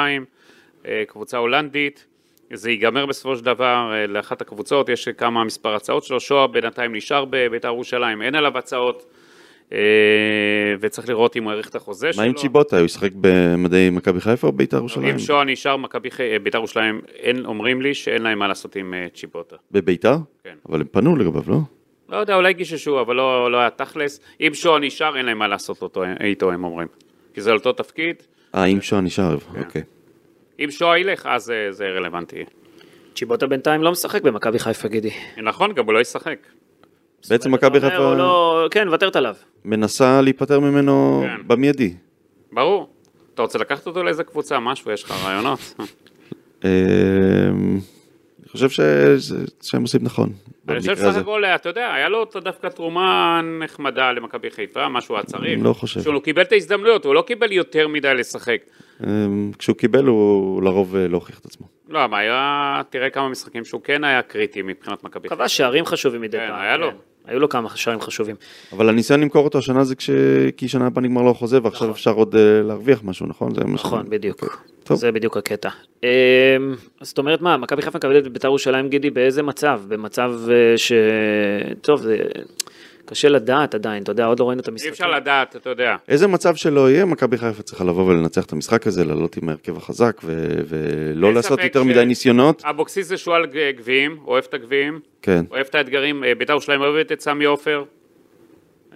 S4: אה, קבוצה הולנדית. זה ייגמר בסופו של דבר אה, לאחת הקבוצות, יש כמה מספר הצעות שלו. שואה בינתיים נשאר בבית"ר ירושלים, אין עליו הצעות. אה, וצריך לראות אם הוא האריך את החוזה שלו.
S3: מה עם צ'יבוטה? הוא ישחק במדי מכבי חיפה או בית"ר ירושלים?
S4: אם שואה נשאר, מכבי חי- אה, בית"ר ירושלים, אין- אומרים לי שאין להם מה לעשות עם אה, צ'יבוטה.
S3: בבית"ר?
S4: כן.
S3: אבל הם פנו לגביו, לא?
S4: לא יודע, אולי גיששו, אבל לא, לא היה תכלס. אם שואה נשאר, אין להם מה לעשות אותו, איתו, הם אומרים. כי זה אותו תפקיד.
S3: אה, אם שואה נשאר,
S4: כן.
S3: אוקיי.
S4: אם שואה ילך, אז אה, זה רלוונטי.
S2: צ'יבוטה בינתיים לא משחק במכבי חיפה, גידי.
S4: נכון, גם הוא לא ישחק.
S3: בעצם מכבי
S2: אתה אומר,
S3: חיפה
S2: הוא לא- כן, מוותרת עליו.
S3: מנסה להיפטר ממנו
S4: כן.
S3: במיידי.
S4: ברור. אתה רוצה לקחת אותו לאיזה קבוצה, משהו, יש לך רעיונות?
S3: אמ, אני חושב שזה- שהם עושים נכון.
S4: אני חושב
S3: במקרה
S4: שסך
S3: הזה.
S4: הכל, אה, אתה יודע, היה לו דווקא תרומה נחמדה למכבי חיפה, מה שהוא היה צריך.
S3: לא חושב.
S4: שהוא קיבל את ההזדמנויות, הוא לא קיבל יותר מדי לשחק.
S3: אמ, כשהוא קיבל הוא לרוב אה, לא הוכיח את עצמו.
S4: לא, מה היה, תראה כמה משחקים שהוא כן היה קריטי מבחינת מכבי חיפה.
S2: כבש שערים חשובים מדי
S4: כן,
S2: פעם.
S4: היה לו.
S2: כן. היו לו כמה שערים חשובים.
S3: אבל הניסיון למכור אותו השנה זה כש... כי שנה הבאה נגמר לו החוזה
S4: נכון.
S3: ועכשיו אפשר עוד אה, להרוויח משהו, נכון? זה מה ש-
S2: נכון, בדיוק.
S3: טוב.
S2: זה בדיוק הקטע. אמ, אז זאת אומרת מה, מכבי חיפה מקבלת את בית"ר ירושלים, גידי, באיזה מצב? במצב אה, ש... טוב, זה קשה לדעת עדיין, אתה יודע, עוד לא ראינו את
S4: אי
S2: המשחקים.
S4: אפשר לדעת, אתה יודע.
S3: איזה מצב שלא יהיה, מכבי חיפה צריכה לבוא ולנצח את המשחק הזה, לעלות עם ההרכב החזק ו... ולא
S4: אין
S3: לעשות
S4: ספק
S3: יותר
S4: ש-
S3: מדי ניסיונות.
S4: אבוקסיס זה שועל ג- גביעים, אוהב את הגביעים,
S3: כן.
S4: אוהב את האתגרים, אה, בית"ר ירושלים אוהבת את סמי עופר.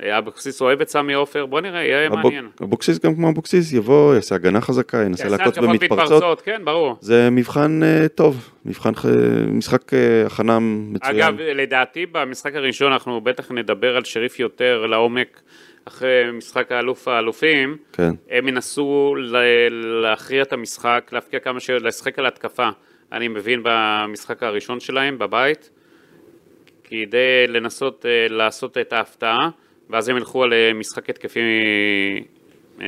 S4: אה, אבוקסיס אוהב את סמי עופר, בוא נראה, יהיה
S3: אבוק-
S4: מעניין.
S3: אבוקסיס גם כמו אבוקסיס, יבוא, יעשה הגנה חזקה, ינסה
S4: יעשה
S3: להכות
S4: התקפות
S3: במתפרצות.
S4: כן, ברור.
S3: זה מבחן אה, טוב, מבחן, ח- משחק אה, הכנה מצוין.
S4: אגב, לדעתי במשחק הראשון אנחנו בטח נדבר על שריף יותר לעומק אחרי משחק האלוף האלופים.
S3: כן.
S4: הם ינסו ל- להכריע את המשחק, להפקיע כמה ש... לשחק על התקפה, אני מבין, במשחק הראשון שלהם, בבית, כדי לנסות אה, לעשות את ההפתעה, ואז הם ילכו על אה, משחק התקפי אה,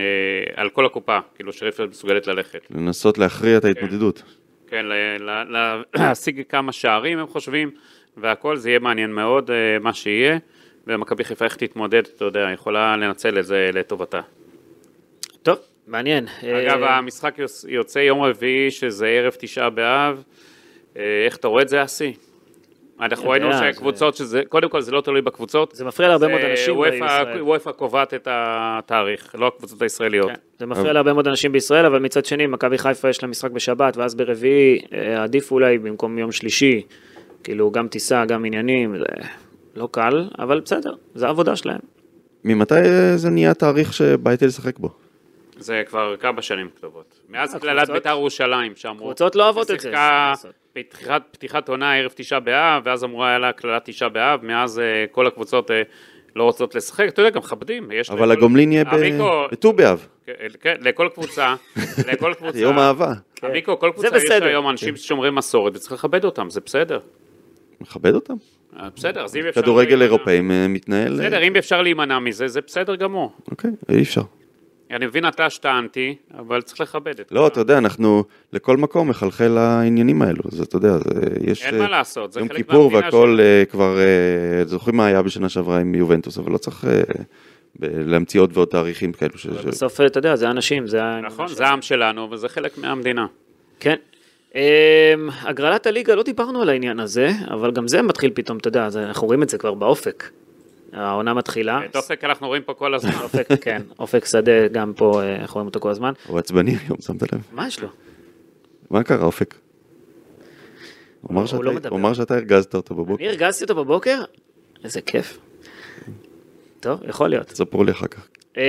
S4: על כל הקופה, כאילו שריפלד מסוגלת ללכת.
S3: לנסות להכריע את ההתמודדות.
S4: כן, ל- ל- ל- להשיג כמה שערים, הם חושבים, והכל, זה יהיה מעניין מאוד, אה, מה שיהיה. ומכבי חיפה איך תתמודד, אתה יודע, יכולה לנצל את זה לטובתה.
S2: טוב, מעניין.
S4: אגב,
S2: אה,
S4: המשחק יוצ- יוצא יום רביעי, שזה ערב תשעה באב. אה, איך אתה רואה את זה, אסי? אנחנו
S2: יודע,
S4: ראינו
S2: זה-
S4: שהקבוצות, שזה, קודם כל זה לא תלוי בקבוצות. אה,
S2: זה מפריע להרבה מאוד אנשים בישראל.
S4: וופא קובעת את התאריך, לא הקבוצות הישראליות.
S2: כן, זה מפריע להרבה מאוד אנשים בישראל, אבל מצד שני, מכבי חיפה יש לה משחק בשבת, ואז ברביעי, אה, עדיף אולי במקום יום שלישי, כאילו, גם טיסה, גם עניינים, זה לא קל, אבל בסדר, זה העבודה שלהם.
S3: ממתי אה, זה נהיה התאריך שבייטל ישחק בו?
S4: זה כבר כמה שנים כתובות. מאז
S2: הקבוצות-
S4: קללת בית"ר ירושלים, שאמרו...
S2: אה, קבוצות לא אוהבות את זה,
S4: שיחקה
S2: זה לעשות.
S4: פתיחת, פתיחת עונה ערב תשעה באב, ואז אמרו היה לה קללת תשעה באב, מאז אה, כל הקבוצות אה, לא רוצות לשחק, אתה יודע, גם מכבדים. יש
S3: אבל
S4: לכל-
S3: הגומלין יהיה ב-
S4: המיקרו-
S3: בט"ו באב,
S4: כן, לכל קבוצה, לכל קבוצה.
S3: יום אהבה.
S4: המיקרו, כל קבוצה יש
S2: בסדר. כן.
S4: היום אנשים ששומרי מסורת וצריך לכבד אותם, זה בסדר.
S3: מכבד אותם.
S4: אה, בסדר, אז אם אפשר...
S3: כדורגל
S4: להימנע-
S3: אירופאים אה, מתנהל... אה,
S4: בסדר, אם אפשר להימנע מזה, זה בסדר גמור.
S3: אוקיי, אי אפשר.
S4: אני מבין אתה שאתה אנטי, אבל צריך לכבד את
S3: לא, אתה יודע, אנחנו, לכל מקום מחלחל העניינים האלו, אז אתה יודע, זה, יש...
S4: אין
S3: אה,
S4: מה לעשות, זה
S3: יום
S4: חלק
S3: כיפור
S4: מהמדינה
S3: והכל אה, כבר, אה, זוכרים מה היה בשנה שעברה עם יובנטוס, אבל לא צריך אה, ב- להמציא עוד ועוד תאריכים כאלו. ש- ש-
S2: בסוף, אתה יודע, זה האנשים, זה
S3: אה,
S2: ה...
S4: נכון, זה העם שלנו, וזה חלק מהמדינה.
S2: כן. אמ, הגרלת הליגה, לא דיברנו על העניין הזה, אבל גם זה מתחיל פתאום, אתה יודע, זה- אנחנו רואים את זה כבר באופק. העונה מתחילה.
S4: את אופק אה, אנחנו רואים פה כל הזמן.
S2: אופק, כן, אופק שדה, גם פה, אה, אנחנו רואים אותו כל הזמן.
S3: הוא עצבני היום, שמת לב?
S2: מה יש לו?
S3: מה קרה, אופק? הוא אמר
S2: הוא
S3: שאתה-
S2: לא מדבר.
S3: הוא אמר שאתה הרגזת אותו
S2: אני
S3: בבוקר,
S2: הרגזתי אותו בבוקר? איזה כיף. טוב, יכול להיות.
S3: תספרו לי אחר כך.
S2: אמ,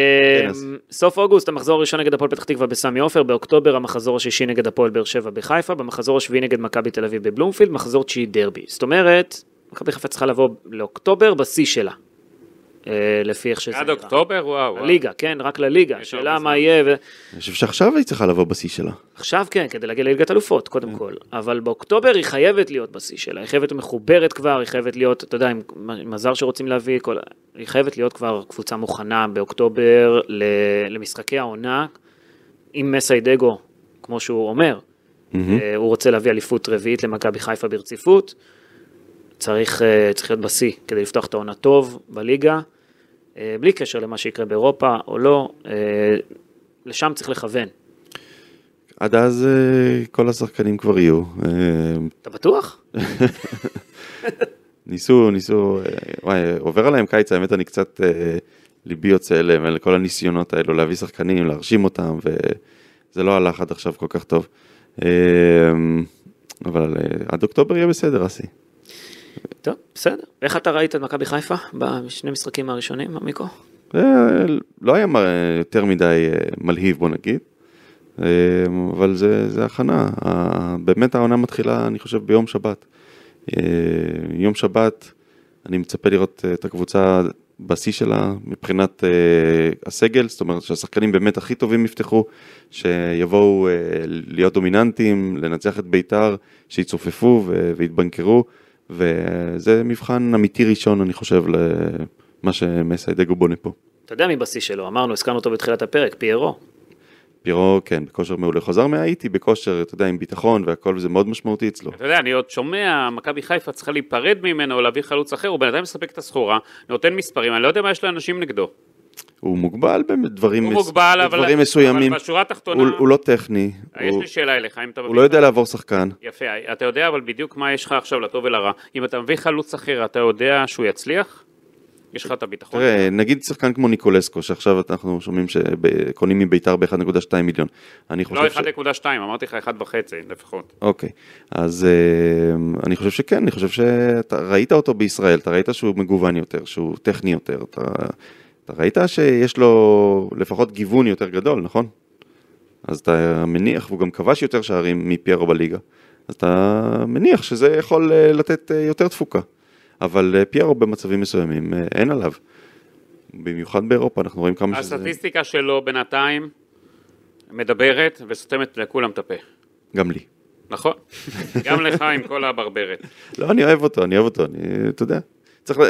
S3: אז.
S2: סוף אוגוסט המחזור הראשון נגד הפועל פתח תקווה בסמי עופר, באוקטובר המחזור השישי נגד הפועל באר שבע בחיפה, במחזור השביעי נגד מכבי תל אביב בבלומפילד, מחזור תשיעי דרבי. זאת אומרת, מכבי חיפה צריכה לבוא לאוקטובר בשיא שלה. אה, לפי איך שזה
S4: עד
S2: נראה.
S4: אוקטובר, וואו. וואו.
S2: לליגה, כן, רק לליגה.
S4: יש
S2: השאלה
S4: הרבה
S2: מה
S4: זמן.
S2: יהיה, ו-
S3: אני חושב שעכשיו היא צריכה לבוא בשיא שלה.
S2: עכשיו כן, כדי להגיע לליגת אלופות, קודם כל. אבל באוקטובר היא חייבת להיות בשיא שלה, היא חייבת מחוברת כבר, היא חייבת להיות, אתה יודע, עם עם הזר שרוצים להביא, כל... היא חייבת להיות כבר קבוצה מוכנה באוקטובר ל... למשחקי העונה, עם מסיידגו, כמו שהוא אומר.
S3: Mm-hmm.
S2: אה, הוא רוצה להביא אליפות רביעית למכבי חיפה ברציפות. צריך, אה, צריך להיות בשיא כדי לפתוח את העונה טוב בליגה, אה, בלי קשר למה שיקרה באירופה או לא, אה, לשם צריך לכוון.
S3: עד אז אה, כל השחקנים כבר יהיו. אה,
S2: אתה בטוח?
S3: ניסו, ניסו, אה, וואי, עובר עליהם קיץ, האמת אני קצת, אה, ליבי יוצא אליהם, על כל הניסיונות האלו להביא שחקנים, להרשים אותם, וזה לא הלך עד עכשיו כל כך טוב. אה, אבל אה, עד אוקטובר יהיה בסדר, אסי.
S2: טוב, בסדר. ואיך אתה ראית את מכבי חיפה בשני המשחקים הראשונים, עמיקו?
S3: זה לא היה מ- יותר מדי אה, מלהיב, בוא נגיד, אה, אבל זה, זה הכנה. ה- באמת העונה מתחילה, אני חושב, ביום שבת. אה, יום שבת, אני מצפה לראות אה, את הקבוצה בשיא שלה מבחינת אה, הסגל, זאת אומרת שהשחקנים באמת הכי טובים יפתחו, שיבואו אה, להיות דומיננטיים, לנצח את ביתר, שיצופפו ו- ויתבנקרו, וזה מבחן אמיתי ראשון, אני חושב, למה שמסיידגו בונה פה.
S2: אתה יודע מי בשיא שלו, אמרנו, הזכרנו אותו בתחילת הפרק, פיירו.
S3: פירו, כן, בכושר מעולה. חזר מהאיטי בכושר, אתה יודע, עם ביטחון והכל, וזה מאוד משמעותי אצלו.
S4: אתה יודע, אני עוד שומע, מכבי חיפה צריכה להיפרד ממנו או להביא חלוץ אחר, הוא בינתיים מספק את הסחורה, נותן מספרים, אני לא יודע מה יש לאנשים נגדו.
S3: הוא מוגבל בדברים
S4: הוא
S3: מס-
S4: מוגבל, אבל...
S3: בדברים מסוימים.
S4: אבל בשורה התחתונה,
S3: הוא, הוא לא טכני,
S4: אה, יש
S3: הוא,
S4: לי שאלה אליך, אם אתה מביא...
S3: הוא לא יודע לעבור שחקן.
S4: יפה, אתה יודע אבל בדיוק מה יש לך עכשיו לטוב ולרע. אם אתה מביא חלוץ אחר, אתה יודע שהוא יצליח? יש לך את הביטחון?
S3: תראה, נגיד שחקן כמו ניקולסקו, שעכשיו אנחנו שומעים שקונים מביתר ב-1.2 מיליון. אני חושב
S4: לא
S3: ש...
S4: 1.2, אמרתי לך 1.5 לפחות.
S3: אוקיי, אז אה, אני חושב שכן, אני חושב שאתה ראית אותו בישראל, אתה ראית שהוא מגוון יותר, שהוא טכני יותר, אתה, אתה ראית שיש לו לפחות גיוון יותר גדול, נכון? אז אתה מניח, והוא גם כבש יותר שערים מפיירו בליגה, אז אתה מניח שזה יכול אה, לתת אה, יותר תפוקה, אבל אה, פיירו במצבים מסוימים, אה, אין עליו. במיוחד באירופה, אנחנו רואים כמה שזה...
S4: הסטטיסטיקה שלו בינתיים מדברת וסותמת לכולם את הפה.
S3: גם לי.
S4: נכון? גם לך עם כל הברברת.
S3: לא, אני אוהב אותו, אני אוהב אותו, אני, אתה יודע, צריך ל-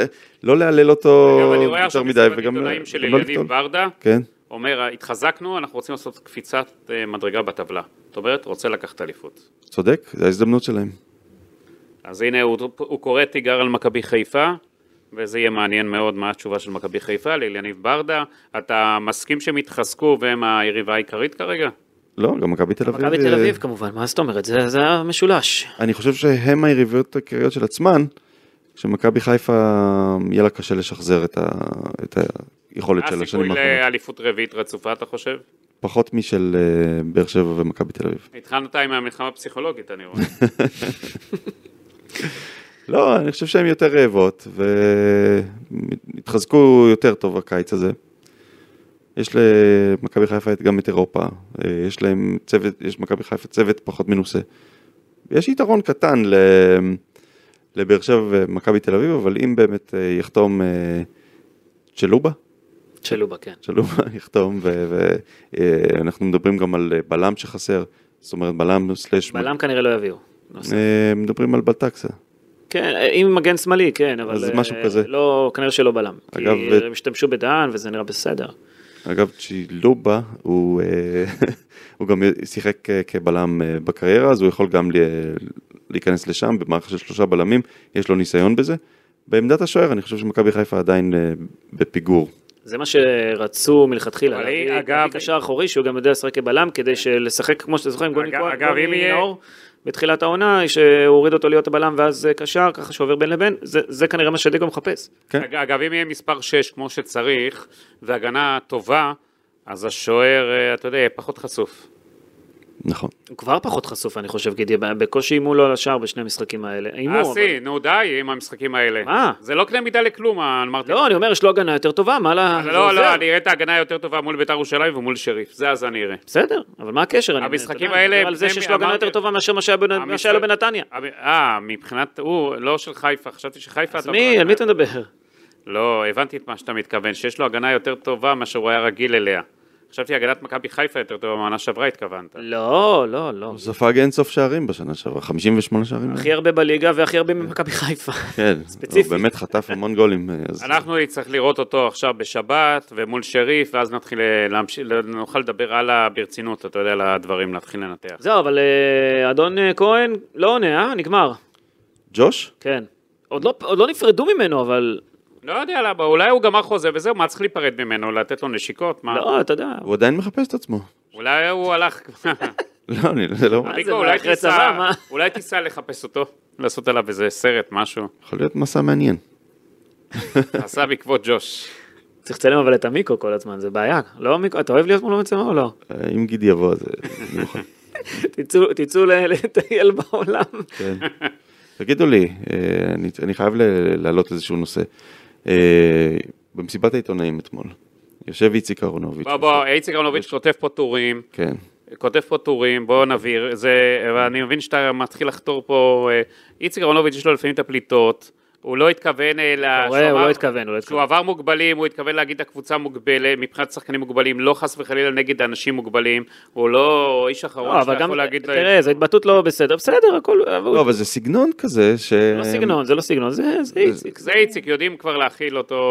S3: לא להלל אותו
S4: אגב, אני רואה
S3: יותר
S4: עכשיו
S3: מדי,
S4: מסיבת
S3: וגם
S4: עיתונאים של
S3: וגם לא
S4: יניב
S3: לקטול.
S4: ברדה,
S3: כן,
S4: אומר, התחזקנו, אנחנו רוצים לעשות קפיצת אה, מדרגה בטבלה. זאת אומרת, רוצה לקחת אליפות.
S3: צודק, זו ההזדמנות שלהם.
S4: אז הנה, הוא, הוא קורא תיגר על מכבי חיפה, וזה יהיה מעניין מאוד מה התשובה של מכבי חיפה ליניב ברדה. אתה מסכים שהם התחזקו והם היריבה העיקרית כרגע?
S3: לא, גם מכבי תל אביב.
S2: מכבי תל
S3: אה,
S2: אביב כמובן, מה זאת אומרת? זה זה המשולש.
S3: אני חושב שהם היריבויות העיקריות של עצמן, שמכבי חיפה, אה, יהיה לה קשה לשחזר את, ה, את היכולת של
S4: הסיכוי
S3: השנים האחרונות.
S4: לאליפות רביעית רצופה, אתה חושב?
S3: פחות משל אה, באר שבע ומכבי תל אביב.
S4: התחלנו אותה עם המלחמה הפסיכולוגית, אני רואה.
S3: לא, אני חושב שהן יותר רעבות, והתחזקו יותר טוב הקיץ הזה. יש למכבי חיפה את- גם את אירופה, אה, יש להם צוות, יש מכבי חיפה צוות פחות מנוסה. יש יתרון קטן ל... לבאר שבע ומכבי תל אביב, אבל אם באמת אה, יחתום אה, צ'לובה,
S2: צ'לובה, כן.
S3: צ'לובה יחתום, ואנחנו מדברים גם על אה, בלם שחסר, זאת אומרת בלם סלאש...
S2: בלם כנראה לא יביאו.
S3: אה, מדברים על בלטקסה.
S2: כן, אה, עם מגן שמאלי, כן, אבל...
S3: אז
S2: אה,
S3: משהו כזה.
S2: לא, כנראה שלא בלם.
S3: אגב,
S2: כי
S3: ו-
S2: הם השתמשו בדהן וזה נראה בסדר.
S3: אגב, צ'ילובה, הוא, אה, הוא גם שיחק אה, כבלם אה, בקריירה, אז הוא יכול גם ל- להיכנס לשם במערכת של שלושה בלמים, יש לו ניסיון בזה. בעמדת השוער, אני חושב שמכבי חיפה עדיין אה, בפיגור.
S2: זה מה שרצו מלכתחילה.
S4: אבל
S2: להביא-
S4: היא, אגב- כן.
S2: להביא קשר אחורי שהוא גם יודע לשחק כבלם כדי לשחק כמו שאתה זוכר עם גוני
S4: אגב-
S2: כהן-
S4: אגב, אם
S2: גוני
S4: יהיה-
S2: נאור בתחילת העונה שהוריד אותו להיות הבלם ואז קשר ככה שעובר בין לבין זה- זה כנראה מה שדגו מחפש.
S3: כן.
S4: אג- אגב, אם יהיה מספר 6 כמו שצריך, והגנה טובה, אז השוער, אה, אתה יודע, יהיה פחות חשוף.
S3: נכון.
S2: הוא כבר פחות חשוף אני חושב גידי בקושי איימו לו על השער בשני המשחקים האלה. איימו, אבל-
S4: אסי, אה, נו די עם המשחקים האלה.
S2: מה?
S4: זה לא קנה מידה לכלום, אמרתי.
S2: לא אני אומר יש לו הגנה יותר טובה מה לה... זה
S4: לא,
S2: עוזר.
S4: לא, אני אראה את ההגנה היותר טובה מול בית"ר ירושלים ומול שריף. זה אז אני אראה.
S2: בסדר אבל מה הקשר? אני-
S4: המשחקים
S2: אתה יודע, אני
S4: האלה-
S2: מדבר על זה
S4: הם-
S2: שיש לו הגנה
S4: אמרתי-
S2: יותר טובה מאשר מה שהיה בנ- מה שהיה לו בנתניה.
S4: אה, מבחינת, הוא, לא של חיפה, חשבתי שחיפה...
S2: אז
S4: אתה
S2: מי
S4: אומר.
S2: על מי אתה מדבר?
S4: לא, הבנתי את מה שאתה מתכוון, שיש לו הגנה יותר טובה מאשר הוא היה רגיל אליה. חשבתי הגנת מכבי חיפה יותר טובה מהעונה שעברה התכוונת.
S2: לא לא לא.
S3: הוא ספג אינסוף שערים בשנה שעברה, 58 שערים.
S2: הכי הרבה בליגה והכי הרבה ממכבי חיפה.
S3: כן,
S2: ספציפית.
S3: הוא באמת חטף המון גולים. אה, אז...
S4: אנחנו נצטרך לראות אותו עכשיו בשבת ומול שריף, ואז נתחיל אה, להמשיך, נוכל לדבר הלאה ברצינות, אתה יודע, על הדברים, להתחיל לנתח.
S2: זהו, אבל אה, אדון אה, כהן לא עונה, אה? נגמר.
S3: ג'וש?
S2: כן. עוד לא, עוד לא נפרדו ממנו, אבל...
S4: לא יודע למה, אולי הוא גמר חוזה וזהו, מה צריך להיפרד ממנו? לתת לו נשיקות? מה?
S2: לא, אתה יודע.
S3: הוא עדיין מחפש את עצמו.
S4: אולי הוא הלך כבר.
S3: לא, אני זה לא...
S2: זה,
S4: ניקו,
S2: מה,
S4: אולי
S2: אחרי
S4: תיסע-
S2: צבא, מה?
S4: אולי תיסע לחפש אותו, לעשות עליו איזה סרט, משהו.
S3: יכול להיות מסע מעניין.
S4: עשה בעקבות ג'וש.
S2: צריך לצלם אבל את המיקרו כל הזמן, זה בעיה. לא, מיקרו, אתה אוהב להיות מול המצלמה או לא?
S3: אה, אם גידי יבוא, אז... אה, אני מוכן.
S2: תצאו- תצאו ל- לטייל בעולם.
S3: כן. תגידו לי, אה, אני, אני חייב ל- להעלות איזשהו נושא. אה, במסיבת העיתונאים אתמול, יושב איציק אהרונוביץ'.
S4: בוא, בוא, איציק אהרונוביץ' כותב פה טורים,
S3: כן,
S4: כותב פה טורים, בוא נבהיר, זה, אני מבין שאתה מתחיל לחתור פה, אה, איציק אהרונוביץ' יש לו לפעמים את הפליטות, הוא לא התכוון אה, ל...
S2: אתה
S4: שהוא
S2: רואה, הוא
S4: אמר-
S2: לא התכוון, הוא לא
S4: שהוא
S2: התכוון.
S4: עבר מוגבלים, הוא התכוון להגיד הקבוצה מוגבלת, מבחינת שחקנים מוגבלים, לא חס וחלילה נגד אנשים מוגבלים, הוא לא איש
S2: לא,
S4: אחרון
S2: אבל
S4: שאתה
S2: גם,
S4: יכול להגיד... להם-
S2: תראה, זו התבטאות לא בסדר, בסדר, הכל, אבל
S3: לא,
S2: הוא-
S3: אבל זה סגנון כזה ש...
S2: זה לא סגנון, זה לא סגנון, זה זה איציק.
S4: זה איציק, יודעים כבר להכיל אותו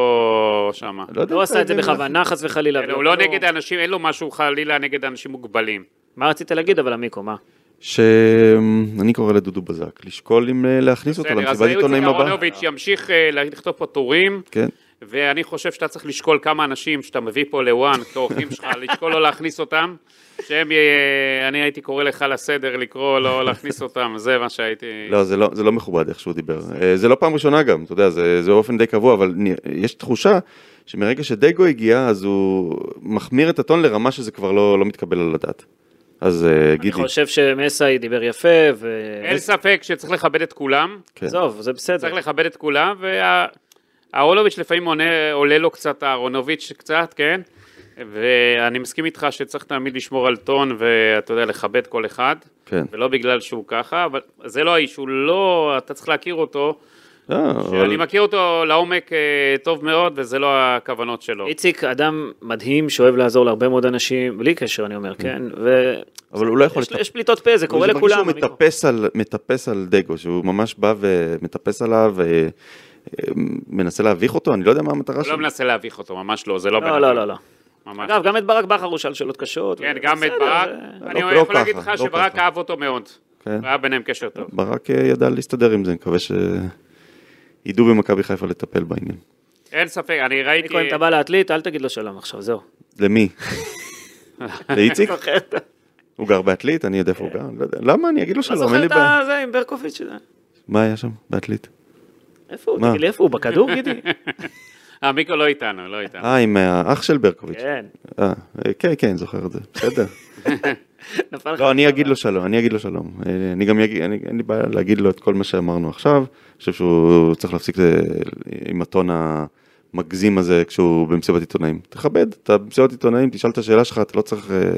S4: שם.
S2: לא עשה את זה בכוונה, חס וחלילה.
S4: הוא לא נגד האנשים, אין לו משהו חלילה נגד אנשים מוגבלים.
S2: מה רצית להגיד, אבל המיקרו, מה?
S3: שאני קורא לדודו בזק, לשקול אם אה, להכניס אותו
S4: בסדר, אז
S3: למסיבת
S4: איציק
S3: העיתונאים הבאה.
S4: אהרונוביץ' ימשיך אה, לכתוב פה טורים,
S3: כן,
S4: ואני חושב שאתה צריך לשקול כמה אנשים שאתה מביא פה לוואן, כאורחים שלך, לשקול לא להכניס אותם, שהם, אה, אני הייתי קורא לך לסדר לקרוא לא להכניס אותם, זה מה שהייתי...
S3: לא, זה לא, זה לא מכובד איך שהוא דיבר. אה, זה לא פעם ראשונה גם, אתה יודע, זה, זה באופן די קבוע, אבל נ- יש תחושה שמרגע שדגו הגיע, אז הוא מחמיר את הטון לרמה שזה כבר לא, לא מתקבל על הדעת. אז אה,
S2: אני
S3: גידי,
S2: חושב שמסאי דיבר יפה, ו...
S4: אין ספק שצריך לכבד את כולם,
S3: כן.
S2: עזוב, זה בסדר.
S4: צריך לכבד את כולם, והאהרונוביץ' לפעמים עונה, עולה לו קצת, אהרונוביץ' קצת, כן? ואני מסכים איתך שצריך תמיד לשמור על טון, ואתה יודע, לכבד כל אחד.
S3: כן.
S4: ולא בגלל שהוא ככה, אבל זה לא האיש, הוא לא, אתה צריך להכיר אותו,
S3: אה,
S4: שאני
S3: אבל...
S4: מכיר אותו לעומק אה, טוב מאוד, וזה לא הכוונות שלו.
S2: איציק אדם מדהים שאוהב לעזור להרבה מאוד אנשים, בלי קשר אני אומר, כן? ו...
S3: אבל הוא לא Mm. יכול
S2: יש-
S3: לטפ-
S2: יש פליטות פה, זה קורה
S3: זה מרגיש
S2: לכולם. לא-
S3: שהוא
S2: המיקרו.
S3: מטפס על, מטפס על דגו, שהוא ממש בא ומטפס עליו ומנסה להביך אותו, אני לא יודע מה המטרה
S4: הוא לא
S3: שלו.
S4: מנסה להביך אותו, ממש לא, זה לא בן
S2: לא,
S4: אדם.
S2: לא, לא, לא.
S4: ממש.
S2: אגב, גם את ברק בכר הוא שאל שאלות קשות.
S4: כן,
S2: וזה
S4: גם את
S2: בסדר,
S4: ברק.
S2: זה-
S4: אני
S3: לא-
S4: יכול
S3: לא
S4: להגיד לך
S3: ככה, לא
S4: שברק
S3: ככה.
S4: אהב אותו מאוד.
S3: כן.
S4: היה ביניהם קשר טוב.
S3: ברק אה, ידע להסתדר עם זה, אני מקווה שידעו במכבי חיפה לטפל בעניין.
S4: אין ספק, אני ראיתי...
S2: מיקרו, אם אתה בא להתליט, אל תגיד לו שלום עכשיו, זהו.
S3: למי? לאיציק? הוא גר בעתלית? אני יודע איפה הוא גר? לא יודע. למה? אני אגיד לו
S2: אתה
S3: שלום, אין
S2: זוכר
S3: לי
S2: את
S3: בעיה.
S2: זה עם ברקוביץ'? שזה-
S3: מה היה שם בעתלית?
S2: איפה הוא?
S3: מה?
S2: תגיד לי, איפה הוא? בכדור, גידי?
S4: אה, מיקו לא איתנו, לא איתנו.
S3: אה, עם האח של ברקוביץ'.
S2: כן,
S3: אה, כן, כן, זוכר את זה. בסדר.
S2: נפל לך.
S3: לא, אני אגיד לו שלום, אני אגיד לו שלום. אה, אני גם אגיד, אני- אין לי בעיה להגיד לו את כל מה שאמרנו עכשיו. אני חושב שהוא צריך להפסיק אה, עם הטון המגזים הזה כשהוא במסיבת עיתונאים. תכבד, אתה במסיבת עיתונאים, תשאל את השאלה שלך, אתה לא צריך אה,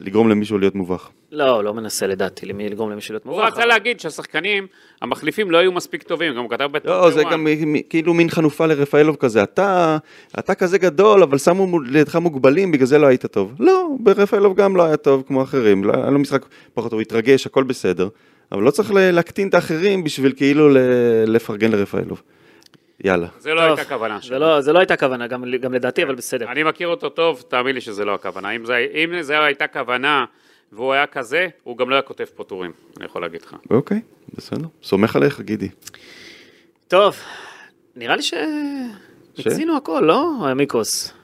S3: לגרום למישהו להיות מובך.
S2: לא, לא מנסה לדעתי, למי לגרום למישהו להיות
S4: הוא
S2: מובך.
S4: רצה להגיד שהשחקנים, המחליפים לא היו מספיק טובים, גם הוא כתב בטח.
S3: לא, זה גם מ- כאילו מין חנופה לרפאלוב כזה, אתה, אתה כזה גדול, אבל שמו מול- לידך מוגבלים, בגלל זה לא היית טוב. לא, ברפאלוב גם לא היה טוב כמו אחרים, לא, היה לו משחק פחות, הוא התרגש, הכל בסדר, אבל לא צריך ל- להקטין את האחרים בשביל כאילו ל- לפרגן לרפאלוב. יאללה.
S4: זה לא
S2: טוב,
S4: הייתה הכוונה
S2: זה
S4: שלו.
S2: לא, זה לא הייתה כוונה, גם, גם לדעתי, אבל בסדר.
S4: אני מכיר אותו טוב, תאמין לי שזה לא הכוונה. אם זה, אם זה הייתה כוונה והוא היה כזה, הוא גם לא היה כותב פה טורים, אני יכול להגיד לך.
S3: אוקיי, בסדר. סומך עליך, גידי.
S2: טוב, נראה לי ש...
S3: ש?
S2: מיצינו הכל, לא? המיקוס.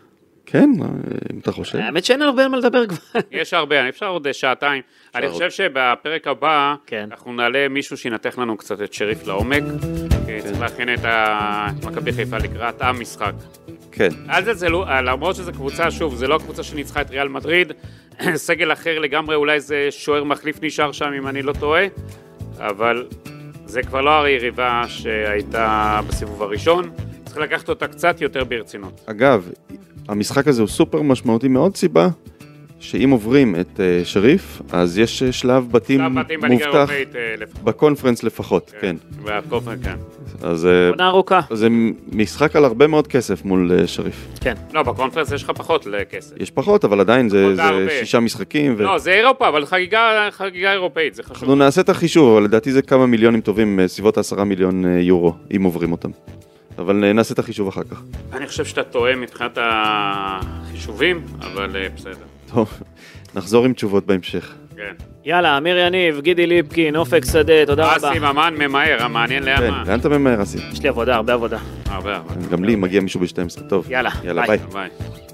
S3: כן, אה, אם אתה חושב.
S2: האמת שאין הרבה על מה לדבר כבר.
S4: יש הרבה, אפשר עוד אה, שעתיים. אני
S3: עוד.
S4: חושב שבפרק הבא,
S2: כן.
S4: אנחנו נעלה מישהו שינתח לנו קצת את שריף לעומק. כי צריך להכין את ה- את מכבי חיפה לקראת המשחק.
S3: כן.
S4: אל תזלזלו, אה, למרות שזו קבוצה, שוב, זו לא הקבוצה שניצחה את ריאל מדריד, סגל אחר לגמרי, אולי זה שוער מחליף נשאר שם, אם אני לא טועה, אבל זה כבר לא היריבה שהייתה בסיבוב הראשון, צריך לקחת אותה קצת יותר ברצינות.
S3: אגב, המשחק הזה הוא סופר משמעותי מעוד סיבה, שאם עוברים את אה, שריף, אז יש אה, שלב בתים
S4: עכשיו באתי בליגה
S3: מובטח,
S4: האירופאית, אה, לפחות.
S3: בקונפרנס לפחות, כן.
S4: והקופר, כן.
S3: אז אה,
S2: עונה ארוכה.
S3: זה משחק על הרבה מאוד כסף מול אה, שריף.
S2: כן.
S4: לא, בקונפרנס יש לך פחות לכסף.
S3: יש פחות, אבל עדיין זה
S4: פחות
S3: זה
S4: הרבה.
S3: שישה משחקים,
S4: לא, זה אירופה, אבל חגיגה חגיגה אירופאית, זה
S3: ואנחנו
S4: חשוב.
S3: נעשה את החישוב, אבל לדעתי זה כמה מיליונים טובים, אה, סביבות עשרה מיליון אה, יורו, אם עוברים אותם. אבל אה, נעשה את החישוב אחר כך.
S4: אני חושב שאתה טועה מבחינת החישובים, אבל אה, בסדר.
S3: טוב, נחזור עם תשובות בהמשך.
S4: כן.
S2: יאללה, אמיר יניב, גידי ליפקין, אופק שדה, תודה רבה.
S4: אסי ממן ממהר, אה, המעניין
S3: כן,
S4: לאמה.
S3: לאן אתה ממהר, אסי?
S2: יש לי עבודה, הרבה עבודה.
S4: הרבה, הרבה.
S3: גם לי מגיע מישהו ב-12, טוב.
S2: יאללה,
S3: יאללה,
S2: ביי.
S3: ביי.
S4: ביי.